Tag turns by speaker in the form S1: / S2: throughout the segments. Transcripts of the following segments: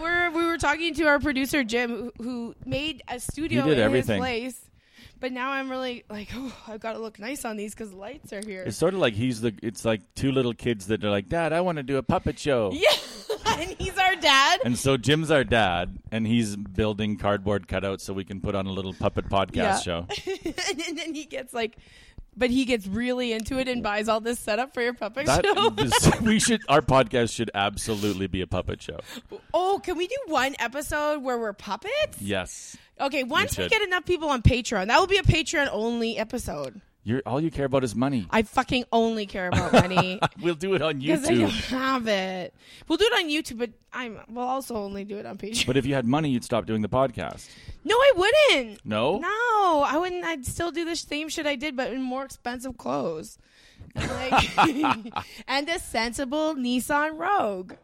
S1: were talking to our producer Jim, who, who made a studio
S2: He did
S1: in
S2: everything.
S1: his place. But now I'm really like, oh, I've got to look nice on these because lights are here.
S2: It's sort of like he's the. It's like two little kids that are like, Dad, I want to do a puppet show.
S1: yeah, and he's our dad.
S2: And so Jim's our dad, and he's building cardboard cutouts so we can put on a little puppet podcast
S1: Yeah.
S2: show.
S1: and then he gets like, but he gets really into it and buys all this setup for your puppet
S2: That
S1: show.
S2: is- we should. Our podcast should absolutely be a puppet show.
S1: oh, can we do one episode where we're puppets?
S2: Yes.
S1: Okay, once we,
S2: should.
S1: get enough people on Patreon, that will be a Patreon only episode.
S2: You're all you care about is money.
S1: I fucking only care about money
S2: We'll do it on
S1: because I don't
S2: YouTube.
S1: have it. We'll do it on YouTube, but I'm we'll also only do it on Patreon.
S2: But if you had money, you'd stop doing the podcast.
S1: no, I wouldn't.
S2: No.
S1: No, I wouldn't. I'd still do the same shit I did, but in more expensive clothes, like and a sensible Nissan Rogue.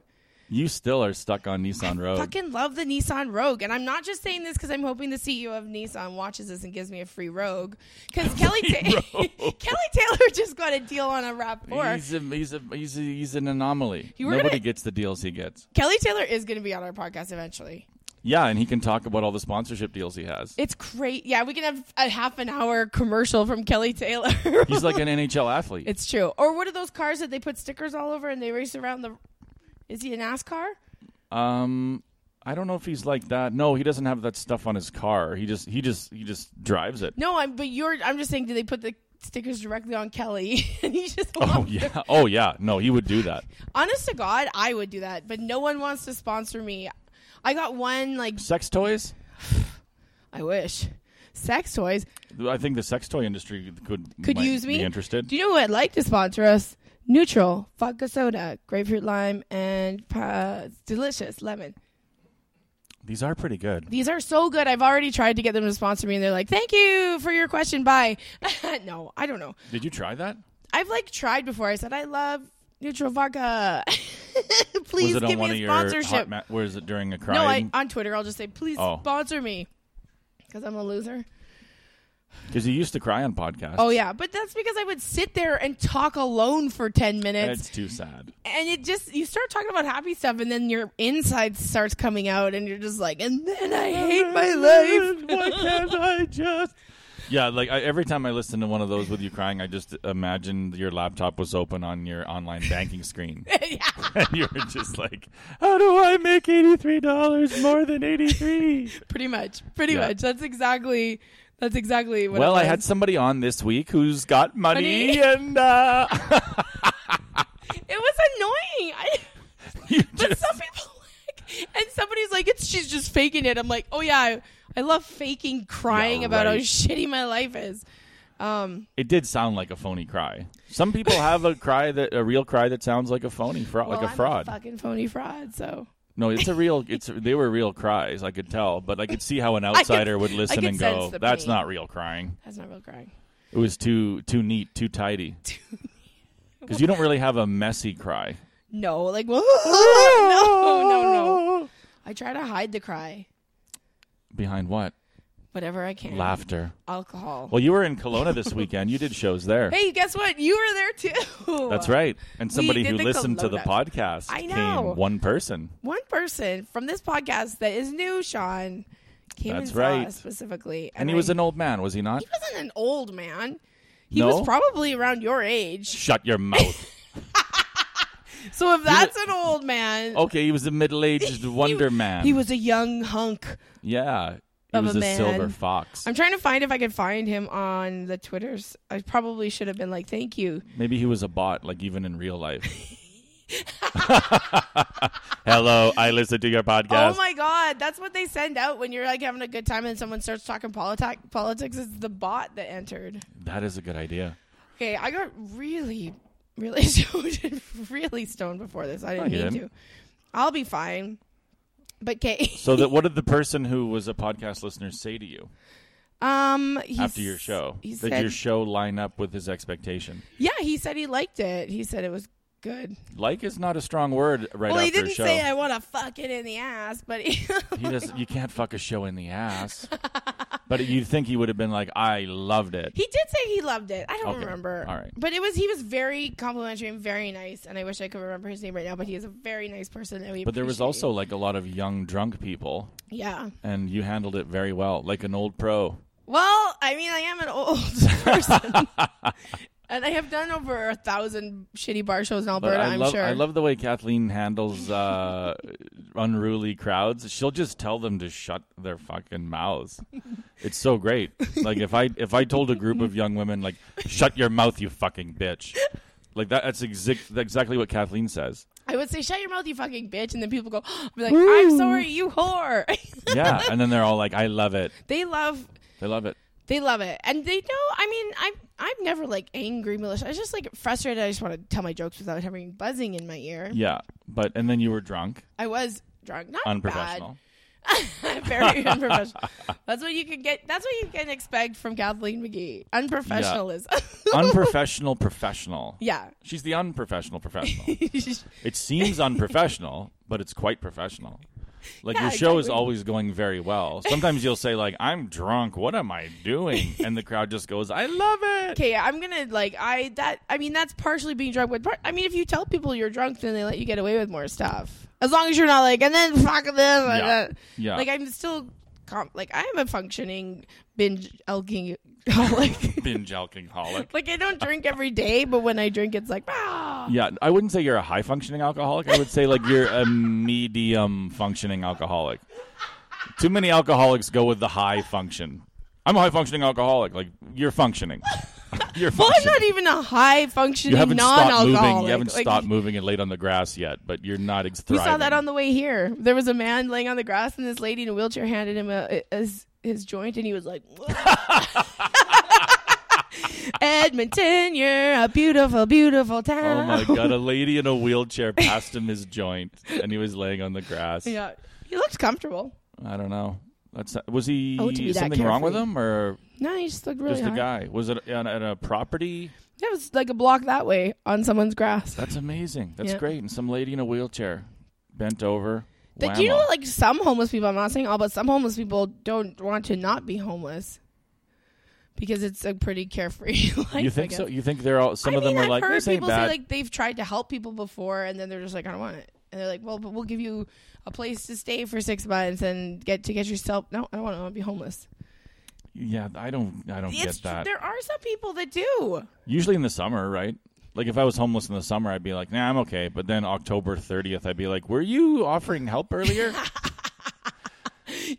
S2: You still are stuck on Nissan Road.
S1: Fucking love the Nissan Rogue, and I'm not just saying this because I'm hoping the CEO of Nissan watches this and gives me a free Rogue. Because Kelly Ta-
S2: Rogue.
S1: Kelly Taylor just got a deal on a Rav4.
S2: He's a, he's a, he's a, he's an anomaly.
S1: You were
S2: Nobody
S1: gonna-
S2: gets the deals he gets.
S1: Kelly Taylor is going to be on our podcast eventually.
S2: Yeah, and he can talk about all the sponsorship deals he has.
S1: It's great. Yeah, we can have a half an hour commercial from Kelly Taylor.
S2: He's like an NHL athlete.
S1: it's true. Or what are those cars that they put stickers all over and they race around the? Is he a NASCAR?
S2: Um, I don't know if he's like that. No, he doesn't have that stuff on his car. He just he just he just drives it.
S1: No, I'm. But you're. I'm just saying. Do they put the stickers directly on Kelly? and he just.
S2: Oh
S1: walks
S2: yeah. Oh yeah. No, he would do that.
S1: Honest to God, I would do that, but no one wants to sponsor me. I got one like
S2: Sex toys?
S1: I wish sex toys
S2: I think the sex toy industry could
S1: could
S2: might
S1: use me.
S2: Be interested?
S1: Do you know who would like to sponsor us? Neutral vodka soda, grapefruit lime, and uh, delicious lemon.
S2: These are pretty good.
S1: These are so good. I've already tried to get them to sponsor me, and they're like, "Thank you for your question. Bye." no, I don't know.
S2: Did you try that?
S1: I've like tried before. I said I love neutral vodka. Please
S2: was it
S1: give
S2: on one of
S1: me a
S2: your hot
S1: sponsorship.
S2: ma- where is it during a crime?
S1: No, I, on Twitter, I'll just say, please
S2: Oh.
S1: sponsor me. Because I'm a loser.
S2: Because you used to cry on podcasts.
S1: Oh, yeah. But that's because I would sit there and talk alone for 10 minutes.
S2: That's too sad.
S1: and it just, you start talking about happy stuff, and then your inside starts coming out, and you're just like, and then I hate my life.
S2: Why can't I just? Yeah, like I, every time I listen to one of those with you crying, I just imagine your laptop was open on your online banking screen,
S1: Yeah.
S2: and you were just like, "How do I make eighty-three dollars more than 83
S1: Pretty much. Pretty
S2: Yeah.
S1: much. That's exactly, that's exactly what
S2: Well,
S1: it
S2: I
S1: was.
S2: had somebody on this week who's got money,
S1: Money.
S2: and uh,
S1: It was annoying. I,
S2: you
S1: but
S2: just,
S1: some people like, and somebody's like, it's, she's just faking it. I'm like, oh, yeah. I, I love faking crying
S2: Yeah,
S1: about how
S2: right.
S1: shitty my life is. Um,
S2: it did sound like a phony cry. Some people have a cry that a real cry that sounds like a phony fraud,
S1: well,
S2: like
S1: I'm
S2: a fraud.
S1: fucking phony fraud. So
S2: No, it's a real. It's they were real cries. I could tell, but I could see how an outsider would listen
S1: could
S2: and
S1: sense
S2: go,
S1: the
S2: "That's
S1: pain."
S2: not real crying.
S1: that's not real crying.
S2: It was too too neat, too tidy." Because you don't really have a messy cry.
S1: No, like no, no, no. I try to hide the cry,
S2: Behind what?
S1: whatever I can.
S2: Laughter.
S1: Alcohol.
S2: Well, you were in Kelowna this weekend. You did shows there.
S1: hey, guess what? You were there too.
S2: That's right. And somebody
S1: did
S2: who
S1: the
S2: listened to the
S1: Kelowna.
S2: podcast
S1: I know.
S2: came one person.
S1: One person from this podcast that is new, Sean, came
S2: That's
S1: and saw
S2: right.
S1: us specifically,
S2: And he was
S1: I-
S2: an old man, was he not?
S1: he wasn't an old man. He
S2: No?
S1: was probably around your age.
S2: Shut your mouth.
S1: So if that's an old man,
S2: Okay, he was a middle aged wonder man.
S1: he was a young hunk.
S2: Yeah. He
S1: of
S2: was
S1: a
S2: a, silver
S1: man.
S2: fox.
S1: I'm trying to find if I could find him on the Twitters. I probably should have been like, "Thank you."
S2: Maybe he was a bot, like even in real life. Hello, I listen to your podcast.
S1: Oh my god, that's what they send out when you're like having a good time and someone starts talking politics. Politics is the bot that entered.
S2: that is a good idea.
S1: Okay, I got really, really stoned, really stoned before this. I didn't
S2: you
S1: need
S2: didn't.
S1: to. I'll be fine. But okay,
S2: So, that what did the person who was a podcast listener say to you
S1: um, he
S2: after
S1: s-
S2: your show?
S1: he
S2: Did
S1: said,
S2: your show line up with his expectation?
S1: yeah, he said he liked it. He said it was good.
S2: Like is not a strong word right
S1: well,
S2: after
S1: he didn't
S2: a show.
S1: say I want to fuck it in the ass, but he,
S2: he does. You can't fuck a show in the ass. But you'd think he would have been like, I loved it.
S1: He did say he loved it. I don't
S2: Okay.
S1: remember.
S2: All right.
S1: But it was he was very complimentary and very nice, and I wish I could remember his name right now. But he is a very nice person. That we
S2: But there was
S1: appreciate.
S2: also like a lot of young drunk people,
S1: yeah.
S2: and you handled it very well, like an old pro.
S1: Well, I mean, I am an old person, and I have done over a thousand shitty bar shows in
S2: But
S1: Alberta.
S2: I
S1: I'm
S2: love
S1: sure.
S2: I love the way Kathleen handles uh, unruly crowds. She'll just tell them to shut their fucking mouths. It's so great. Like if I if I told a group of young women like shut your mouth, you fucking bitch. Like that, that's exact, that's exactly what Kathleen says.
S1: I would say, "Shut your mouth, you fucking bitch," and then people go, I'll "Be like, I'm sorry, you whore."
S2: Yeah, and then they're all like, "I love it.
S1: they love,
S2: They love it."
S1: they love it, and they know. I mean, I'm, I'm never like angry, malicious. I was just like frustrated. I just want to tell my jokes without having buzzing in my ear.
S2: Yeah, but and then you were drunk,
S1: I was drunk, not
S2: unprofessional.
S1: bad, very unprofessional. That's what you can get. That's what you can expect from Kathleen McGee. Unprofessionalism.
S2: unprofessional professional.
S1: yeah.
S2: She's the unprofessional professional.
S1: yeah,
S2: it seems unprofessional, but it's quite professional. Like
S1: Yeah,
S2: your show is
S1: exactly.
S2: always going very well. Sometimes you'll say like, "I'm drunk. What am I doing?" and the crowd just goes, "I love it."
S1: Okay, I'm gonna like I that I mean that's partially being drunk with part. I mean if you tell people you're drunk, then they let you get away with more stuff as long as you're not like and then fuck them. Like,
S2: Yeah.
S1: that.
S2: Yeah.
S1: like I'm still com- like I am a functioning binge alcoholic. like
S2: Binge alcoholic.
S1: I don't drink every day, but when I drink, it's like ah.
S2: Yeah, I wouldn't say you're a high functioning alcoholic. I would say like you're a medium functioning alcoholic. Too many alcoholics go with the high function. I'm a high functioning alcoholic. Like you're functioning. you're
S1: Well, I'm
S2: functioning.
S1: not even a high functioning
S2: you haven't stopped
S1: non-alcoholic.
S2: moving. You haven't
S1: Like,
S2: stopped moving and laid on the grass yet, but you're not ex-
S1: We
S2: thriving.
S1: saw that on the way here. There was a man laying on the grass, and this lady in a wheelchair handed him a, a- his, his joint, and he was like, Edmonton, you're a beautiful, beautiful town.
S2: Oh my god! A lady in a wheelchair passed him his joint, and he was laying on the grass.
S1: Yeah. He looked comfortable.
S2: I don't know. That's was he
S1: Oh, to be that
S2: something wrong with
S1: carefree.
S2: him or
S1: No, he just looked really
S2: just a
S1: hard.
S2: guy? Was it on a, on a property?
S1: That was like a block that way on someone's grass.
S2: That's amazing. That's
S1: Yeah.
S2: great. And some lady in a wheelchair bent over.
S1: Did you know,
S2: whammo.
S1: like, some homeless people, I'm not saying all, but some homeless people don't want to not be homeless because it's a pretty carefree life.
S2: you
S1: I
S2: think
S1: guess.
S2: so? You think they're all? Some
S1: I
S2: of
S1: mean,
S2: them are
S1: I've
S2: like
S1: heard
S2: this ain't
S1: people
S2: bad.
S1: say like they've tried to help people before, and then they're just like, I don't want it, and they're like, well, but we'll give you a place to stay for six months and get to get yourself. No, I don't want to be homeless.
S2: yeah, I don't. I don't
S1: It's
S2: get
S1: tr-
S2: that.
S1: there are some people that do.
S2: Usually in the summer, right? Like if I was homeless in the summer, I'd be like, nah, I'm okay. But then October 30th, I'd be like, were you offering help earlier?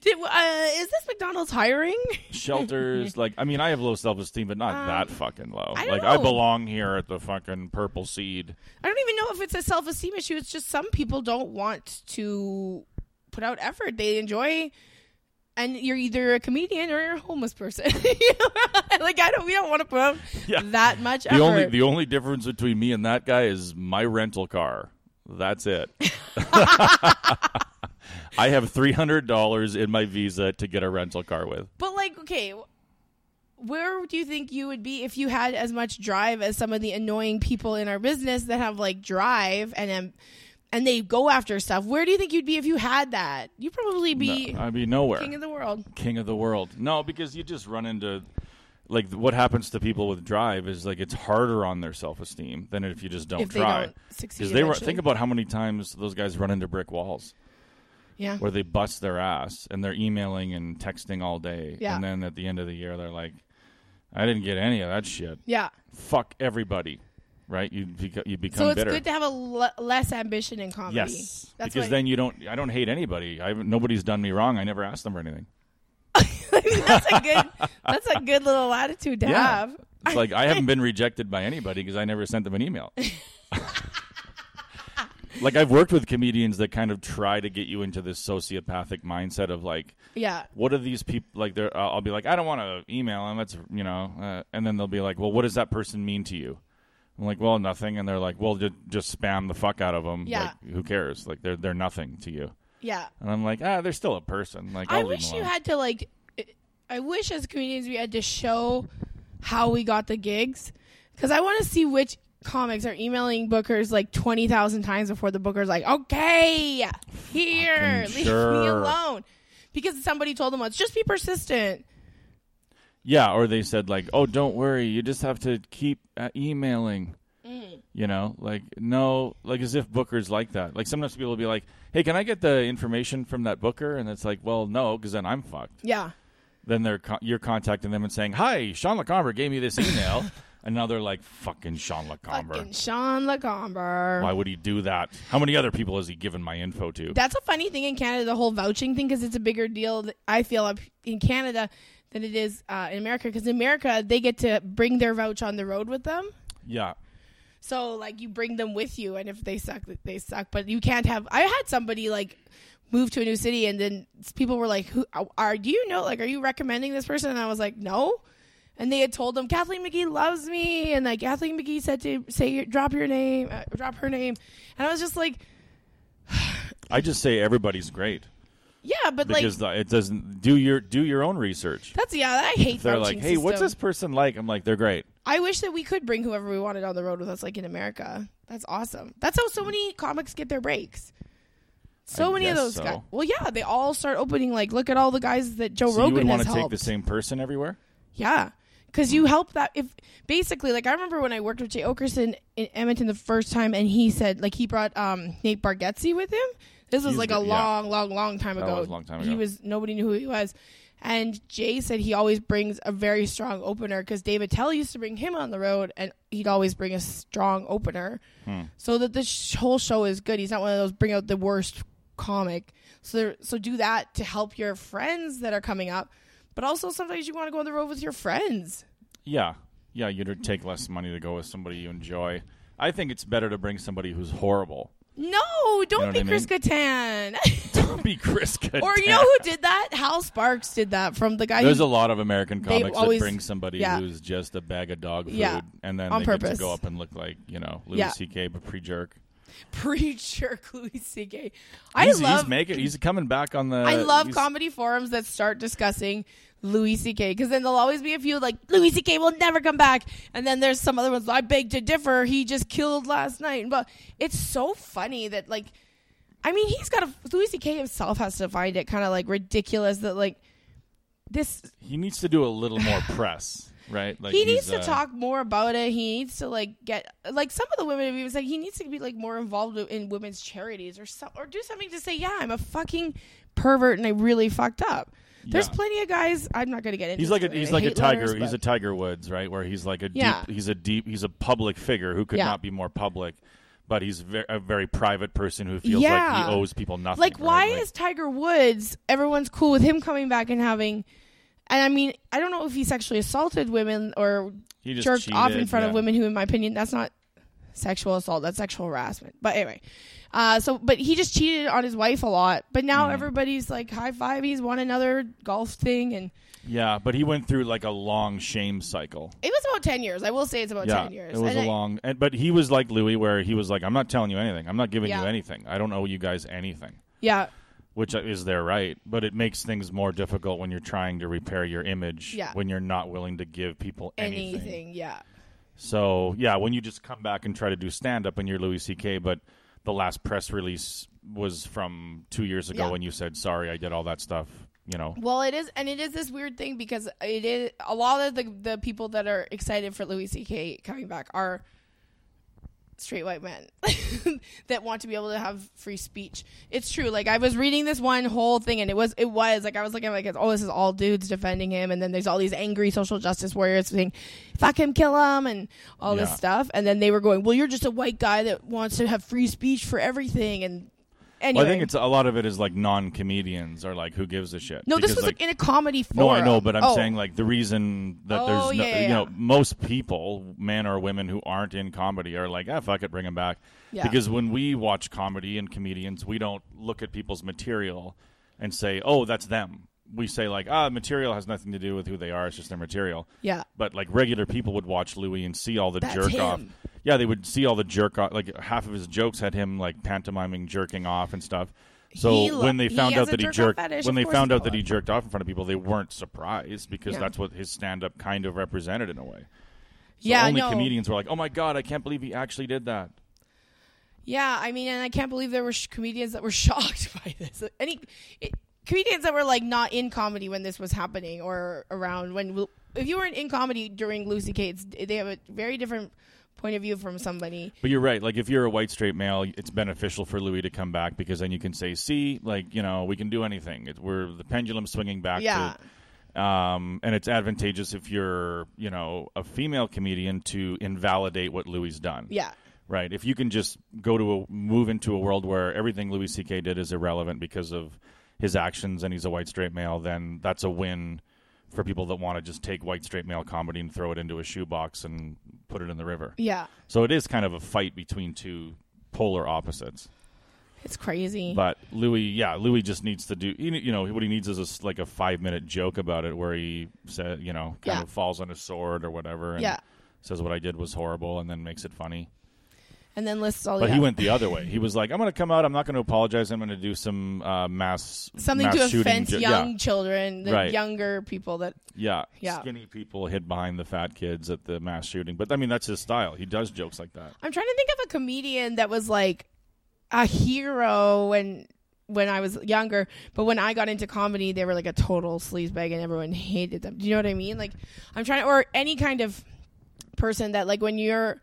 S1: Did, uh, is this McDonald's hiring?
S2: Shelters, like, I mean, I have low self esteem, but not that fucking low.
S1: I don't
S2: like, Um, I
S1: know.
S2: belong here at the fucking purple seed.
S1: I don't even know if it's a self esteem issue. It's just some people don't want to put out effort. They enjoy. And you're either a comedian or you're a homeless person. like I don't, we don't want to put out
S2: Yeah.
S1: that much
S2: The
S1: effort.
S2: only the only difference between me and that guy is my rental car. That's it. I have three hundred dollars in my visa to get a rental car with.
S1: But like, okay, where do you think you would be if you had as much drive as some of the annoying people in our business that have like drive and um, and they go after stuff? Where do you think you'd be if you had that? You'd probably be
S2: No, I'd be nowhere.
S1: king of the world.
S2: king of the world. No, because you just run into like what happens to people with drive is like it's harder on their self esteem than if you just don't
S1: If they
S2: try.
S1: don't succeed
S2: they run,
S1: eventually.
S2: think about how many times those guys run into brick walls
S1: Yeah.
S2: where they bust their ass and they're emailing and texting all day,
S1: Yeah.
S2: and then at the end of the year they're like, "I didn't get any of that shit.
S1: Yeah.
S2: Fuck everybody." Right? You beca- you become
S1: So it's
S2: bitter.
S1: good to have a le- less ambition in comedy.
S2: yes,
S1: That's
S2: because
S1: what,
S2: then you don't. I don't hate anybody. I haven't- nobody's done me wrong. I never asked them for anything.
S1: that's a good that's a good little attitude to have.
S2: It's like I haven't been rejected by anybody because I never sent them an email. like I've worked with comedians that kind of try to get you into this sociopathic mindset of like,
S1: Yeah.
S2: what are these people like? They're, I'll I'll be like, I don't want to email them. That's you know, uh, and then they'll be like, well, what does that person mean to you? I'm like, well, nothing. And they're like, well, just, just spam the fuck out of them.
S1: Yeah.
S2: Like, who cares? Like they're they're nothing to you.
S1: Yeah.
S2: And I'm like, ah, they're still a person. Like I'll
S1: I
S2: leave
S1: wish
S2: them
S1: you
S2: alone.
S1: had to like. I wish as comedians we had to show how we got the gigs, because I want to see which comics are emailing bookers like twenty thousand times before the booker's like, "Okay, here,
S2: Fucking
S1: leave me
S2: sure.
S1: alone," because somebody told them once, "Just be persistent."
S2: Yeah, or they said like, "Oh, don't worry, you just have to keep uh, emailing."
S1: Mm.
S2: You know, like no, like as if Booker's like that. Like sometimes people will be like, "Hey, can I get the information from that Booker?" And it's like, "Well, no, because then I'm fucked."
S1: Yeah.
S2: Then they're co- you're contacting them and saying, "Hi, Sean LaComber gave me this email," and now they're like, "Fucking Sean LaComber."
S1: Fucking Sean Lacomber.
S2: Why would he do that? How many other people has he given my info to?
S1: That's a funny thing in Canada, the whole vouching thing, because it's a bigger deal. th- I feel up in Canada than it is uh, in America, because in America they get to bring their vouch on the road with them.
S2: yeah.
S1: So like you bring them with you, and if they suck, they suck. But you can't have. I had somebody like move to a new city, and then s- people were like, "Who are? Do you know? Like, are you recommending this person?" And I was like, "No." And they had told them Kathleen McGee loves me, and like Kathleen McGee said to say your- drop your name, uh, drop her name, and I was just like,
S2: I just say everybody's great
S1: "Yeah, but like."
S2: because the- it doesn't do your do your own research.
S1: That's yeah. I hate.
S2: They're
S1: vouching
S2: like, "Hey, what's
S1: system."
S2: this person like?" I'm like, "They're great."
S1: I wish that we could bring whoever we wanted on the road with us, like in America. That's awesome. That's how so many comics get their breaks. So
S2: I
S1: many of
S2: guess
S1: those
S2: so.
S1: guys. Well, yeah, they all start opening. Like, look at all the guys that Joe
S2: So you would
S1: Rogan
S2: want
S1: has
S2: to take Hmm.
S1: helped.
S2: the same person everywhere?
S1: yeah, because you help that. If basically, like, I remember when I worked with Jay Okerson in Edmonton the first time, and he said, like, he brought um, Nate Bargatze with him. This was
S2: He's
S1: like
S2: the-
S1: a
S2: yeah.
S1: long, long, long time
S2: That
S1: ago.
S2: was a long time
S1: He
S2: ago.
S1: was nobody knew who he was. And Jay said he always brings a very strong opener because David Tell used to bring him on the road, and he'd always bring a strong opener,
S2: Hmm.
S1: so that the sh- whole show is good. He's not one of those bring out the worst comic. So there, so do that to help your friends that are coming up, but also sometimes you want to go on the road with your friends.
S2: Yeah, yeah. You'd take less money to go with somebody you enjoy. I think it's better to bring somebody who's horrible.
S1: No, don't
S2: what
S1: be
S2: I mean?
S1: Chris Kattan.
S2: Don't be Chris.
S1: or you know who did that? Hal Sparks did that from the guy who
S2: There's a lot of American comics
S1: always-
S2: that bring somebody
S1: yeah.
S2: who's just a bag of dog food,
S1: Yeah,
S2: and then
S1: on
S2: they get
S1: purpose.
S2: to go up and look like you know Louis
S1: Yeah.
S2: C.K. but pre-jerk.
S1: pre-jerk Louis C.K. I
S2: he's,
S1: love
S2: he's making. He's coming back on the.
S1: I love
S2: he's-
S1: comedy forums that start discussing Louis C.K. because then there'll always be a few like Louis C.K. will never come back, and then there's some other ones. I beg to differ. He just killed last night, but it's so funny that like, I mean, he's got a Louis C.K. himself has to find it kind of like ridiculous that like this.
S2: He needs to do a little more press, right? Like
S1: he
S2: he's,
S1: needs to
S2: uh,
S1: talk more about it. He needs to like get like some of the women have even said he needs to be like more involved in women's charities or so, or do something to say, yeah, I'm a fucking pervert and I really fucked up. There's
S2: Yeah.
S1: plenty of guys. I'm not going to get into.
S2: He's like a,
S1: this
S2: he's
S1: later. I
S2: like a
S1: hate
S2: tiger.
S1: letters,
S2: he's a
S1: but-
S2: Tiger Woods, right? Where he's like a
S1: Yeah.
S2: deep. He's a deep. He's a public figure who could
S1: Yeah.
S2: not be more public, but he's ver- a very private person who feels like
S1: Yeah.
S2: he owes people nothing.
S1: like
S2: right?
S1: why is Tiger Woods? Everyone's cool with him coming back and having. And I mean, I don't know if he sexually assaulted women or
S2: he just
S1: jerked off in
S2: cheated,
S1: front of
S2: yeah.
S1: women who in my opinion that's not sexual assault that's sexual harassment but anyway uh so but he just cheated on his wife a lot but now
S2: Mm-hmm.
S1: everybody's like high five he's won another golf thing and
S2: Yeah, but he went through like a long shame cycle.
S1: it was about 10 years i will say it's about
S2: yeah,
S1: 10 years
S2: it was
S1: And
S2: a
S1: I-
S2: long. And, but he was like Louis, where he was like, "I'm not telling you anything. I'm not giving
S1: Yeah.
S2: you anything. I don't owe you guys anything."
S1: yeah
S2: Which is their right, but it makes things more difficult when you're trying to repair your image.
S1: Yeah.
S2: When you're not willing to give people
S1: anything,
S2: anything.
S1: yeah
S2: So yeah, when you just come back and try to do stand up and you're Louis C.K., but the last press release was from two years ago
S1: Yeah.
S2: when you said, "Sorry, I did all that stuff." You know,
S1: well it is and it is this weird thing because it is a lot of the the people that are excited for louis ck coming back are straight white men that want to be able to have free speech. It's true. Like I was reading this one whole thing, and it was it was like I was looking at it like it's- oh this is all dudes defending him, and then there's all these angry social justice warriors saying fuck him, kill him, and all this
S2: Yeah.
S1: stuff. And then they were going, well, you're just a white guy that wants to have free speech for everything, and anyway.
S2: well, I think it's a lot of it is like non comedians or like who gives a shit.
S1: no, this
S2: Because,
S1: was
S2: like,
S1: like in a comedy
S2: No,
S1: forum.
S2: I know, but I'm
S1: Oh.
S2: saying like the reason that
S1: Oh,
S2: there's no,
S1: yeah, yeah,
S2: you know
S1: yeah.
S2: most people, men or women who aren't in comedy, are like, ah, fuck it, bring them back.
S1: Yeah.
S2: Because when we watch comedy and comedians, we don't look at people's material and say, oh, that's them. We say like, ah, material has nothing to do with who they are. It's just their material.
S1: Yeah.
S2: But like regular people would watch Louis and see all the
S1: That's
S2: jerk off.
S1: him.
S2: Yeah, they would see all the jerk off. Like half of his jokes had him like pantomiming jerking off and stuff. So
S1: He lo-
S2: when they
S1: he
S2: found
S1: has
S2: out
S1: a
S2: that he
S1: jerk-off
S2: jerked,
S1: fetish,
S2: when
S1: of
S2: they
S1: course
S2: found
S1: they
S2: out that
S1: will.
S2: he jerked off in front of people, they weren't surprised because
S1: Yeah.
S2: that's what his stand-up kind of represented in a way. So
S1: yeah,
S2: only
S1: no.
S2: comedians were like, "Oh my god, I can't believe he actually did that."
S1: Yeah, I mean, and I can't believe there were sh- comedians that were shocked by this. Any, it, comedians that were like not in comedy when this was happening or around when Lu- if you weren't in comedy during Lucy Cates, they have a very different point of view from somebody.
S2: But you're right. Like if you're a white straight male, it's beneficial for Louis to come back because then you can say, "See, like you know, we can do anything. It, we're the pendulum swinging back."
S1: Yeah.
S2: To, um, and it's advantageous if you're, you know, a female comedian to invalidate what Louis done.
S1: Yeah.
S2: Right. If you can just go to a, move into a world where everything Louis C.K. did is irrelevant because of his actions and he's a white straight male, then that's a win for people that want to just take white straight male comedy and throw it into a shoebox and put it in the river.
S1: Yeah.
S2: So it is kind of a fight between two polar opposites.
S1: It's crazy.
S2: But Louis, yeah, Louis just needs to do. You know, what he needs is a s like a five minute joke about it, where he said, you know, kind
S1: Yeah.
S2: of falls on his sword or whatever, and
S1: Yeah.
S2: says what I did was horrible, and then makes it funny.
S1: and then lists all
S2: But
S1: the
S2: he went the other way. He was like, I'm going to come out. I'm not going to apologize. I'm going to do some uh, mass
S1: something
S2: mass
S1: to
S2: shooting
S1: offend
S2: jo-
S1: young children, the
S2: Right.
S1: younger people that
S2: Yeah, yeah,
S1: Yeah.
S2: skinny people hid behind the fat kids at the mass shooting. But I mean, that's his style. He does jokes like that.
S1: I'm trying to think of a comedian that was like a hero when when I was younger, but when I got into comedy, they were like a total sleazebag and everyone hated them. Do you know what I mean? Like I'm trying or any kind of person that like when you're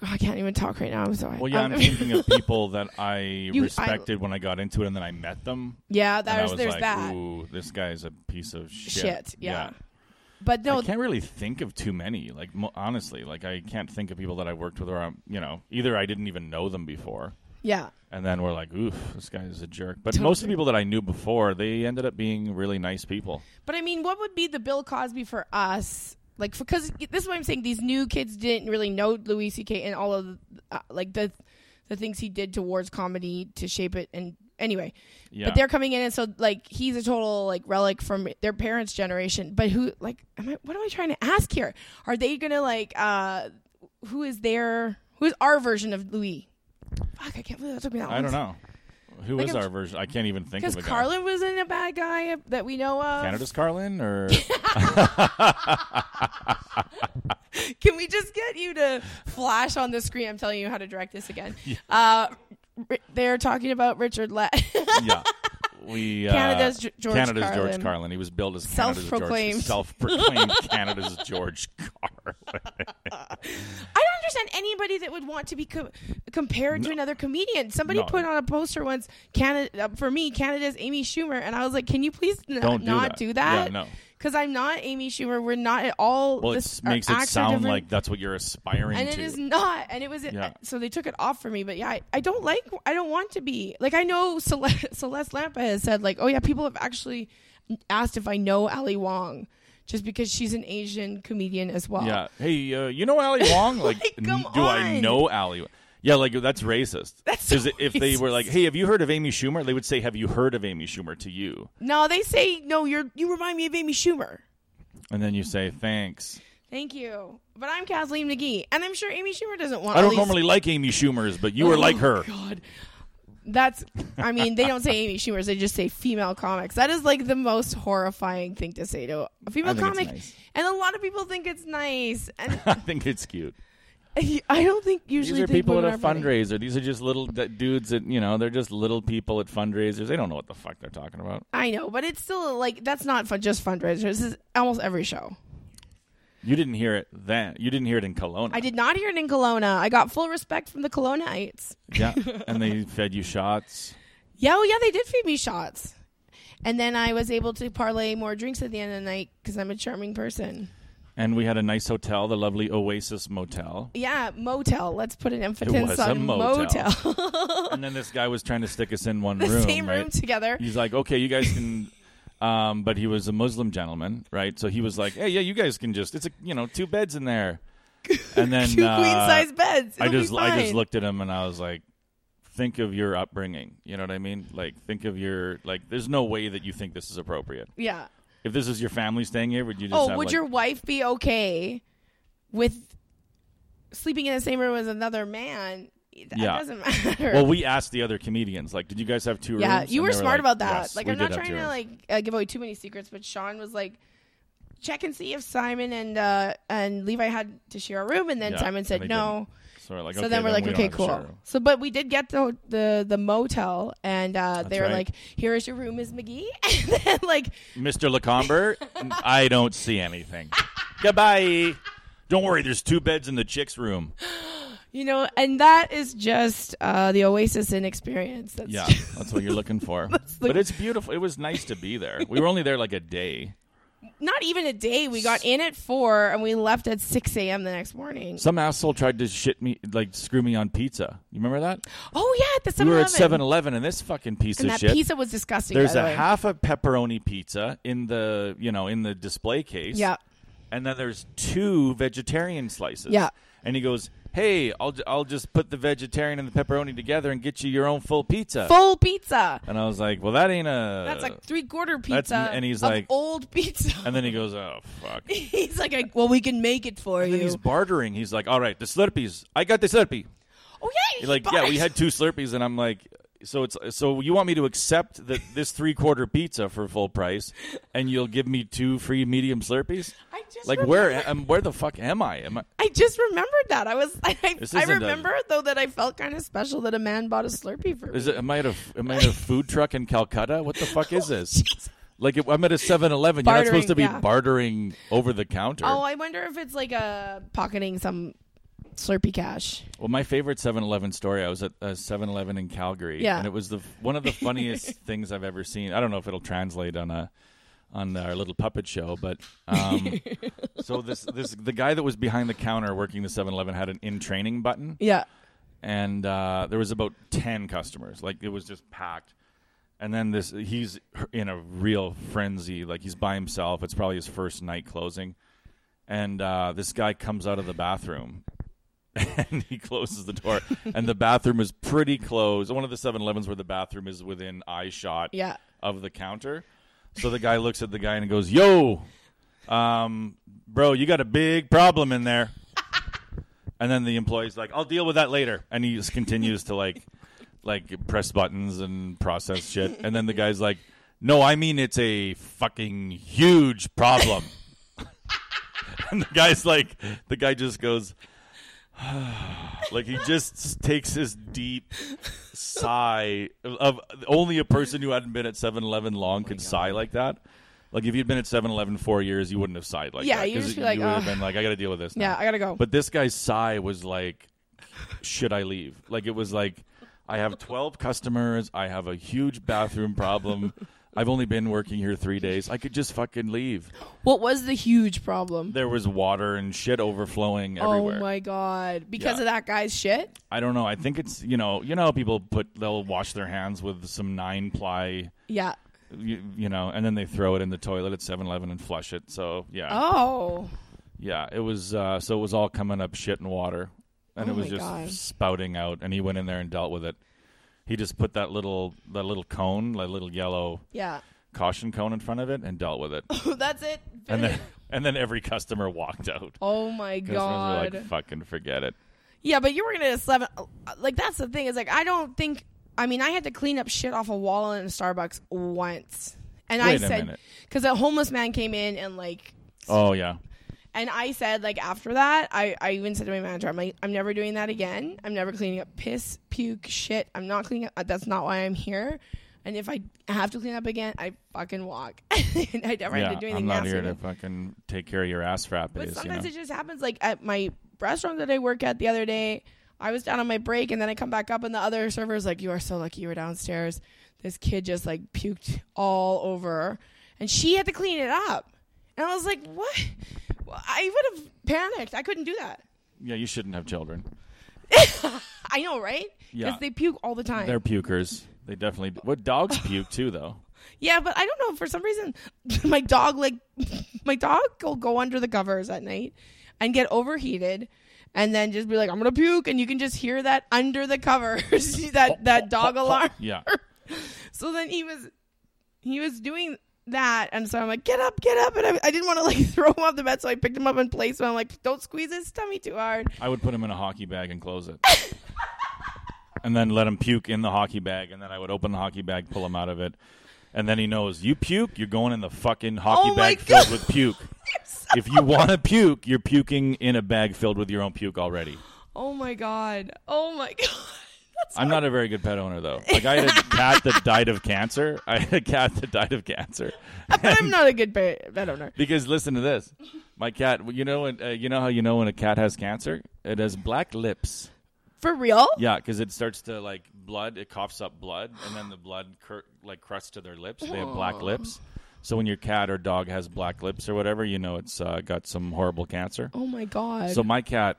S1: God, I can't even talk right now. I'm sorry.
S2: Well, yeah,
S1: Um,
S2: I'm thinking of people that I
S1: I-
S2: respected when I got into it, and then I met them,
S1: yeah,
S2: and I
S1: there's
S2: was
S1: there's
S2: like,
S1: that
S2: "Ooh, this guy's a piece of shit."
S1: shit. Yeah. But no,
S2: I can't really think of too many. Like mo- honestly, like I can't think of people that I worked with, or I'm, you know, either I didn't even know them before,
S1: yeah,
S2: and then we're like, "Oof, this guy's a jerk." But most of the people that I knew before, they ended up being really nice people.
S1: But I mean, what would be the Bill Cosby for us? Like, because this is what I'm saying. These new kids didn't really know Louis C.K. and all of the, uh, like the the things he did towards comedy to shape it. And anyway,
S2: Yeah,
S1: but they're coming in, and so like he's a total like relic from their parents' generation. But who like am I? What am I trying to ask here? Are they gonna like uh who is their who is our version of Louis? Fuck, I can't believe that took me that long.
S2: I don't know who is
S1: Like, I'm-
S2: our version. I can't even think of
S1: because
S2: a guy.
S1: Carlin wasn't a bad guy that we know of.
S2: Canada's Carlin, or
S1: Can we just get you to flash on the screen? I'm telling you how to direct this again. Uh, ri they're talking about Richard Lett.
S2: yeah. We uh,
S1: Canada's G- George
S2: Canada's George
S1: Carlin.
S2: Carlin. He was billed as
S1: Self-proclaimed.
S2: Canada's George, self-proclaimed Canada's George Carlin.
S1: I don't understand anybody that would want to be co- compared to another comedian. Somebody
S2: No.
S1: put on a poster once, Canada uh, for me, Canada's Amy Schumer, and I was like, can you please n-
S2: Don't do
S1: not
S2: that.
S1: do that?
S2: Yeah, no.
S1: Because I'm not Amy Schumer. We're not at all.
S2: Well,
S1: this
S2: it makes
S1: our
S2: it
S1: acts are
S2: sound
S1: different.
S2: like that's what you're aspiring
S1: and
S2: to.
S1: it is not and it was
S2: Yeah.
S1: so they took it off for me but yeah I, I don't like i don't want to be like i know celeste, celeste lampa has said like oh yeah people have actually asked if i know ali wong just because she's an asian comedian as well
S2: yeah. Hey, uh, you know Ali Wong? Like,
S1: Like, come
S2: do I
S1: on.
S2: know Ali? Yeah, like that's racist.
S1: That's so
S2: if they were
S1: racist.
S2: like, "Hey, have you heard of Amy Schumer?" They would say, "Have you heard of Amy Schumer?" To you,
S1: no they say no you're you remind me of amy schumer
S2: and then you say, "Thanks."
S1: thank you but i'm kathleen mcgee and i'm sure amy schumer doesn't want
S2: I don't
S1: Ali's-
S2: normally like Amy Schumer's, but you were like her.
S1: Oh, God. That's, I mean, they don't say Amy Schumer's, they just say female comics. That is like the most horrifying thing to say to a female
S2: I think it's
S1: comic.
S2: nice.
S1: And a lot of people think it's nice. And
S2: I think it's cute.
S1: I don't think usually
S2: These are
S1: think
S2: people at
S1: women
S2: a
S1: funny.
S2: fundraiser. These are just little d- dudes that you know. They're just little people at fundraisers. They don't know what the fuck they're talking about.
S1: I know, but it's still like, that's not fun, just fundraisers. This is almost every show.
S2: You didn't hear it then. You didn't hear it in Kelowna.
S1: I did not hear it in Kelowna. I got full respect from the Kelownaites.
S2: Yeah, and they fed you shots.
S1: Yeah, oh yeah, they did feed me shots. And then I was able to parlay more drinks at the end of the night because I'm a charming person.
S2: And we had a nice hotel, the lovely Oasis Motel.
S1: Yeah, motel. Let's put an
S2: was
S1: emphasis
S2: a
S1: on
S2: motel.
S1: motel.
S2: And then this guy was trying to stick us in one
S1: the
S2: room.
S1: same
S2: right?
S1: room together.
S2: He's like, okay, you guys can. Um, but he was a Muslim gentleman, right? So he was like, hey, yeah, you guys can just. It's a you know two beds in there. And then
S1: Two
S2: uh,
S1: queen size beds.
S2: I
S1: It'll
S2: just
S1: be fine.
S2: I just looked at him and I was like, think of your upbringing. You know what I mean? Like think of your like. There's no way that you think this is appropriate.
S1: Yeah.
S2: If this is your family staying here, would you just?
S1: Oh,
S2: have,
S1: would
S2: like-
S1: your wife be okay with sleeping in the same room as another man? That
S2: Yeah.
S1: doesn't matter.
S2: Well, we asked the other comedians. Like, did you guys have two rooms?
S1: yeah, you
S2: And
S1: were
S2: they
S1: smart
S2: like,
S1: about that.
S2: "Yes,
S1: like,
S2: we
S1: I'm
S2: did
S1: not
S2: have
S1: trying
S2: two
S1: to
S2: rooms."
S1: like uh, give away too many secrets, but Sean was like, check and see if Simon and uh, and Levi had to share a room, and then
S2: Yeah,
S1: Simon
S2: and
S1: said
S2: they
S1: no.
S2: didn't. So we're like,
S1: so then we're like,
S2: we don't
S1: okay,
S2: have a
S1: cool.
S2: showroom.
S1: So, but we did get the the, the motel, and uh, they were
S2: right.
S1: like, "Here is your room, Ms. McGee." And then, like,
S2: Mr. Lacombe, I don't see anything. Goodbye. Don't worry, there's two beds in the chick's room.
S1: you know, and that is just uh, the Oasis in experience. That's
S2: Yeah,
S1: just-
S2: that's what you're looking for.
S1: the-
S2: but it's beautiful. It was nice to be there. We were only there like a day.
S1: not even a day. We got in at four, and we left at six a.m. the next morning.
S2: Some asshole tried to shit me, like screw me on pizza. You remember that?
S1: oh yeah, at the Seven
S2: We were
S1: Eleven.
S2: at 7 Eleven and this fucking piece
S1: and
S2: of
S1: that
S2: shit.
S1: pizza was disgusting.
S2: There's
S1: by
S2: a
S1: the way.
S2: half a pepperoni pizza in the, you know, in the display case.
S1: Yeah.
S2: And then there's two vegetarian slices.
S1: Yeah.
S2: And he goes, "Hey, I'll j- I'll just put the vegetarian and the pepperoni together and get you your own full pizza."
S1: full pizza.
S2: And I was like, "Well, that ain't a."
S1: That's like three quarter
S2: Uh, That's-
S1: pizza.
S2: and he's
S1: of
S2: like-
S1: old pizza.
S2: And then he goes, "Oh fuck."
S1: he's like, I, well, we can make it for
S2: And
S1: you.
S2: then he's bartering. He's like, "All right, the Slurpees. I got the Slurpee."
S1: oh yeah,
S2: He's like, "Yeah, we had two Slurpees," and I'm like. So it's so you want me to accept that this three quarter pizza for full price, and you'll give me two free medium Slurpees?
S1: I just
S2: Like
S1: remember-
S2: where am where the fuck am I? Am I
S1: I just remembered that. I was. I, I,
S2: This
S1: I
S2: isn't a-
S1: remember though that I felt kind of special that a man bought a Slurpee for me.
S2: Is it? Am I at a am I at a food truck in Calcutta? What the fuck is this?
S1: Jeez.
S2: like if I'm at a 7-Eleven, you're not supposed to be
S1: Bartering, yeah.
S2: bartering over the counter.
S1: Oh, I wonder if it's like a pocketing some Slurpee cash.
S2: Well, my favorite 7-Eleven story. I was at a 7-Eleven in Calgary,
S1: Yeah.
S2: and it was the one of the funniest things I've ever seen. I don't know if it'll translate on a on our little puppet show, but um, so this this the guy that was behind the counter working the 7-Eleven had an in training button.
S1: Yeah.
S2: and uh, there was about 10 customers like it was just packed and then this he's in a real frenzy like he's by himself it's probably his first night closing and uh, this guy comes out of the bathroom and he closes the door and the bathroom is pretty close one of the 7-elevens where the bathroom is within eye shot
S1: Yeah.
S2: of the counter so the guy looks at the guy and goes yo um, bro you got a big problem in there and then the employee's like, "I'll deal with that later," and he just continues to like, like press buttons and process shit. And then the guy's like, "No, I mean it's a fucking huge problem." and the guy's like, the guy just goes, like he just takes his deep sigh of only a person who hadn't been at 7-Eleven long
S1: Oh
S2: could sigh like that. Like if you'd been at 7-Eleven four years, you wouldn't have sighed like
S1: Yeah,
S2: that.
S1: you'd
S2: 'cause
S1: just be like,
S2: you would have
S1: "Ugh."
S2: been like, I got to deal with this.
S1: Yeah,
S2: now."
S1: I gotta go.
S2: But this guy's sigh was like, should I leave? Like it was like, I have 12 customers. I have a huge bathroom problem. I've only been working here three days. I could just fucking leave.
S1: What was the huge problem?
S2: There was water and shit overflowing
S1: Oh
S2: everywhere.
S1: my god! Because
S2: Yeah.
S1: of that guy's shit.
S2: I don't know. I think it's you know you know how people put they'll wash their hands with some nine ply
S1: Yeah.
S2: you, you know and then they throw it in the toilet at 7-Eleven and flush it. So yeah,
S1: Oh.
S2: yeah. It was uh, so it was all coming up shit and water, and
S1: Oh
S2: it was
S1: my
S2: just
S1: God.
S2: spouting out. And he went in there and dealt with it. He just put that little that little cone, that little yellow
S1: Yeah.
S2: caution cone in front of it, and dealt with it.
S1: That's it.
S2: and then and then every customer walked out.
S1: oh my
S2: Customers
S1: god.
S2: were like, "Fucking forget it."
S1: Yeah, but you were gonna seven. Like that's the thing is like I don't think. I mean, I had to clean up shit off a wall in a Starbucks once, and I
S2: Wait a
S1: said
S2: minute.
S1: because a homeless man came in and like,
S2: Oh yeah.
S1: and I said like after that, I I even said to my manager, I'm like, I'm never doing that again. I'm never cleaning up piss, puke, shit. I'm not cleaning up. That's not why I'm here. And if I have to clean up again, I fucking walk. and I never had to do anything
S2: I'm not
S1: nasty
S2: here
S1: again.
S2: to fucking take care of your ass frappies.
S1: But
S2: you
S1: sometimes
S2: know?
S1: it just happens. Like at my restaurant that I work at the other day, I was down on my break and then I come back up and the other server's like, You are so lucky you were downstairs. This kid just like puked all over and she had to clean it up. And I was like, What? Well, I would have panicked. I couldn't do that.
S2: yeah, you shouldn't have children.
S1: I know, right?
S2: Yeah.
S1: they puke all the time.
S2: They're pukers. They definitely. What dogs puke too, though.
S1: yeah, but I don't know. For some reason, my dog, like, my dog will go under the covers at night and get overheated. And then just be like, I'm gonna puke, and you can just hear that under the covers, that that dog alarm.
S2: Yeah.
S1: So then he was, he was doing that, and so I'm like, get up, get up, and I, I didn't want to like throw him off the bed, so I picked him up and placed him. I'm like, don't squeeze his tummy too hard.
S2: I would put him in a hockey bag and close it. and then let him puke in the hockey bag, and then I would open the hockey bag, pull him out of it. And then he knows you puke, you're going in the fucking hockey
S1: Oh my
S2: bag filled
S1: God.
S2: with puke. if you want to puke, you're puking in a bag filled with your own puke already.
S3: Oh my god. Oh my god. That's
S2: I'm not a very good pet owner though. Like I had a cat that died of cancer. I had a cat that died of cancer.
S1: But I'm not a good pet pet owner.
S2: Because listen to this, my cat. You know, when- uh, you know how you know when a cat has cancer? It has black lips.
S1: For real?
S2: Yeah, because it starts to like blood. It coughs up blood, and then the blood cur- like crusts to their lips. They have black lips. So when your cat or dog has black lips or whatever, you know it's uh, got some horrible cancer.
S1: Oh my god.
S2: So my cat,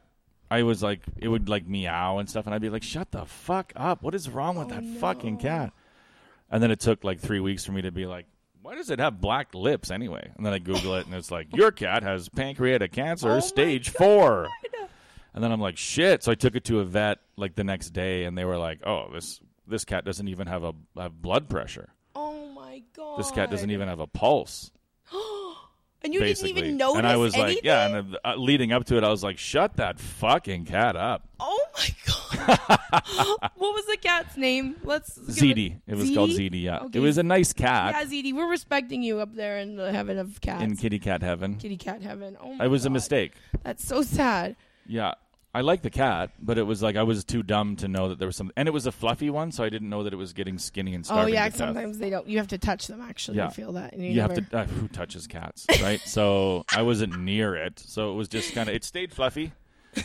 S2: I was like, it would like meow and stuff, and I'd be like, "Shut the fuck up! What is wrong
S3: Oh,
S2: with that fucking cat?" And then it took like three weeks for me to be like, "Why does it have black lips anyway?" And then I Google it, and it's like, "Your cat has pancreatic cancer,
S3: Oh my
S2: stage four. And then I'm like, "Shit!" So I took it to a vet like the next day, and they were like, "Oh, this this cat doesn't even have a have blood pressure.
S1: oh my god.
S2: This cat doesn't even have a pulse."
S1: And you
S2: basically.
S1: didn't even notice
S2: and I was
S1: anything?
S2: like, yeah. And uh, leading up to it, I was like, shut that fucking cat up.
S3: Oh my god. what was the cat's name? Let's give
S2: ZD. It was called
S1: ZD?
S2: ZD. Yeah,
S1: Okay.
S2: it was a nice cat
S1: Yeah, ZD, we're respecting you up there in the heaven of cats.
S2: in kitty cat heaven.
S1: kitty cat heaven. Oh my
S2: It was a
S1: God.
S2: mistake.
S1: That's so sad. Oh,
S2: Yeah, I like the cat, but it was like I was too dumb to know that there was something. And it was a fluffy one, so I didn't know that it was getting skinny and
S1: Oh
S2: starving.
S1: yeah,
S2: to death.
S1: sometimes they don't. You have to touch them actually
S2: Yeah.
S1: to feel that. And you,
S2: You have
S1: never-
S2: to. Uh, who touches cats, right? so I wasn't near it, so it was just kind of. It stayed fluffy,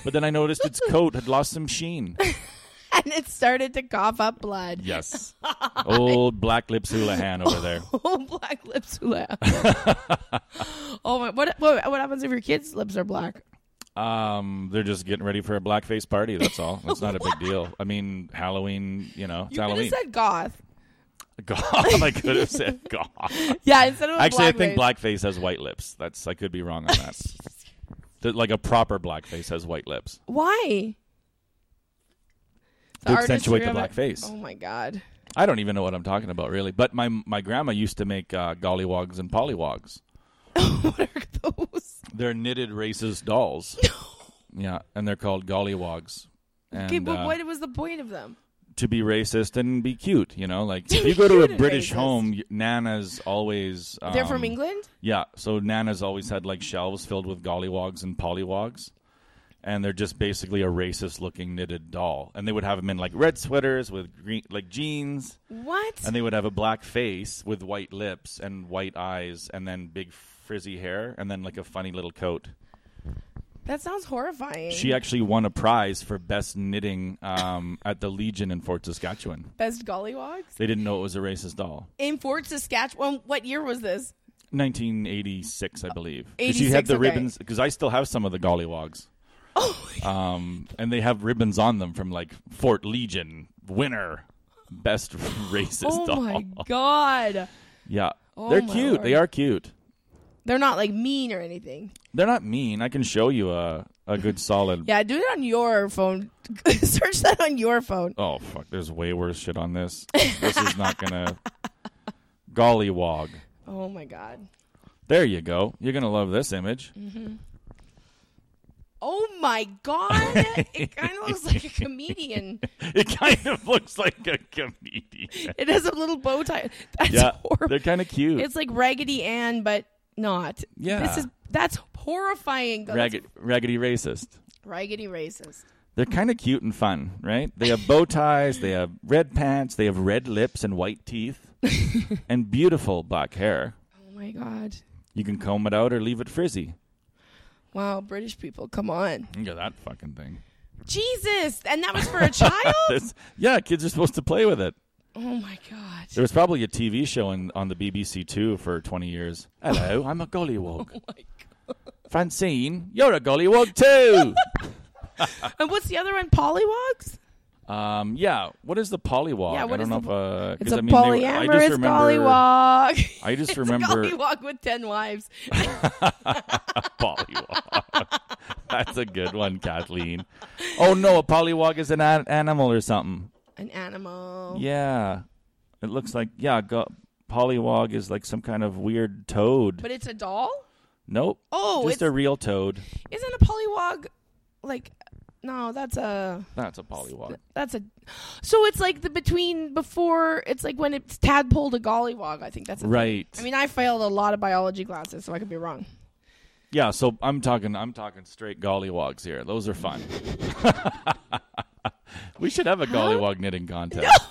S2: but then I noticed its coat had lost some sheen.
S1: and it started to cough up blood.
S2: Yes, old black lips Houlihan over there.
S1: Oh, black lips who laugh. oh my! What, what what happens if your kids' lips are black?
S2: Um, they're just getting ready for a blackface party. That's all. That's not a big deal. I mean, Halloween. You know, it's
S1: You could have
S2: Halloween.
S1: said goth.
S2: Goth. I could have said goth.
S1: Yeah, instead of
S2: Actually, I think
S1: blackface.
S2: blackface has white lips. That's I could be wrong on that. That, like a proper blackface has white lips
S1: Why? The
S2: to accentuate the
S1: artistry of it-
S2: blackface.
S1: Oh my god!
S2: I don't even know what I'm talking about really. But my my grandma used to make uh, gollywogs and pollywogs.
S1: what are those?
S2: They're knitted racist dolls. yeah, and they're called gollywogs. And,
S1: okay, but
S2: uh,
S1: what was the point of them?
S2: to be racist and be cute. You know, like if
S1: be
S2: you go to
S1: cute
S2: a
S1: and
S2: British
S1: racist.
S2: home, y- Nana's always um,
S1: They're from England.
S2: Yeah, so Nana's always had like shelves filled with gollywogs and pollywogs, and they're just basically a racist-looking knitted doll. And they would have them in like red sweaters with green like jeans,
S1: What?
S2: and they would have a black face with white lips and white eyes, and then big frizzy hair, and then like a funny little coat.
S1: that sounds horrifying.
S2: She actually won a prize for best knitting um, at the Legion in Fort Saskatchewan.
S1: Best gollywogs
S2: They didn't know it was a racist doll.
S1: in Fort Saskatchewan. What year was this?
S2: 1986, I believe. Because she
S1: 86,
S2: had the
S1: okay.
S2: ribbons. Because I still have some of the gollywogs. Oh. Um, and they have ribbons on them from like Fort Legion, winner, best racist
S1: Oh
S2: doll.
S1: my god!
S2: Yeah, they're
S1: my
S2: cute. They
S1: lord.
S2: are cute.
S1: They're not like mean or anything.
S2: They're not mean. I can show you a a good solid.
S1: Yeah, do it on your phone. Search that on your phone.
S2: Oh fuck! There's way worse shit on this. this is not gonna. Gollywog.
S1: Oh my god.
S2: There you go. You're gonna love this image.
S1: Mm. Oh my god. it kind of looks like a comedian.
S2: It kind of looks like a comedian.
S1: It has a little bow tie. That's
S2: Yeah,
S1: horrible.
S2: they're kind of cute.
S1: It's like Raggedy Ann, but not.
S2: Hmm. Yeah.
S1: This is that's horrifying. That's
S2: Ragged, raggedy racist.
S1: raggedy racist.
S2: They're kind of cute and fun, right? They have bow ties, they have red pants, they have red lips and white teeth, and beautiful black hair.
S1: Oh my god.
S2: You can comb it out or leave it frizzy.
S1: Wow, British people, come on.
S2: Look at that fucking thing.
S1: Jesus. And that was for a child?
S2: This, yeah, kids are supposed to play with it.
S1: oh my god.
S2: There was probably a TV show in, on the BBC Two for 20 years. Hello, I'm a gollywog. Francine, you're a gollywog too.
S1: And what's the other one? Pollywogs?
S2: um, yeah, what is the polywog?
S1: Yeah, what
S2: I
S1: is
S2: don't know
S1: the
S2: if. Uh, 'cause
S1: It's a
S2: I mean, they were- I just
S1: polyamorous
S2: remember-
S1: gollywog.
S2: I just
S1: It's
S2: remember.
S1: a gollywog with ten wives.
S2: polywog. That's a good one, Kathleen. Oh no, a polywog is an, an animal or something.
S1: An animal.
S2: Yeah, it looks like yeah. Go- polywog is like some kind of weird toad.
S1: But it's a doll?
S2: nope.
S1: Oh,
S2: just
S1: it's,
S2: a real toad.
S1: isn't a polywog like no, that's a
S2: That's a polywog.
S1: that's a so it's like the between before it's like when it's tadpole to gollywog, I think that's a thing.
S2: Right.
S1: I mean I failed a lot of biology classes, so I could be wrong.
S2: Yeah, so I'm talking I'm talking straight gollywogs here. Those are fun. we should have a gollywog knitting contest.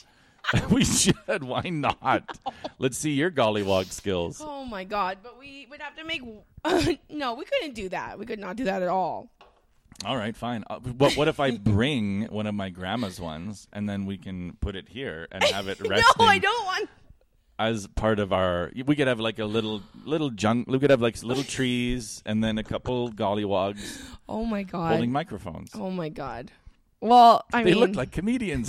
S2: we should. Why not? Let's see your gollywog skills.
S1: Oh my god! But we would have to make. no, we couldn't do that. We could not do that at all.
S2: All right, fine. Uh, but what if I bring one of my grandma's ones and then we can put it here and have it resting
S1: No, I don't want.
S2: as part of our we could have like a little little junk we could have like little trees and then a couple gollywogs
S1: Oh my god!
S2: holding microphones.
S1: Oh my god! Well, I
S2: They
S1: mean,
S2: look like comedians.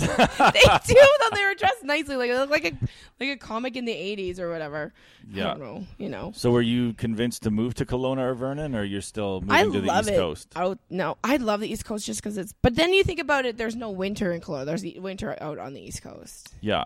S1: they do though. They were dressed nicely, like they look like a like a comic in the '80s or whatever. I
S2: yeah.
S1: don't know. You know.
S2: So were you convinced to move to Kelowna or Vernon, or you're still moving
S1: I
S2: to the
S1: love
S2: East
S1: it.
S2: Coast?
S1: Oh no, I love the East Coast just because it's. But then you think about it, there's no winter in Kelowna. There's the winter out on the East Coast.
S2: Yeah.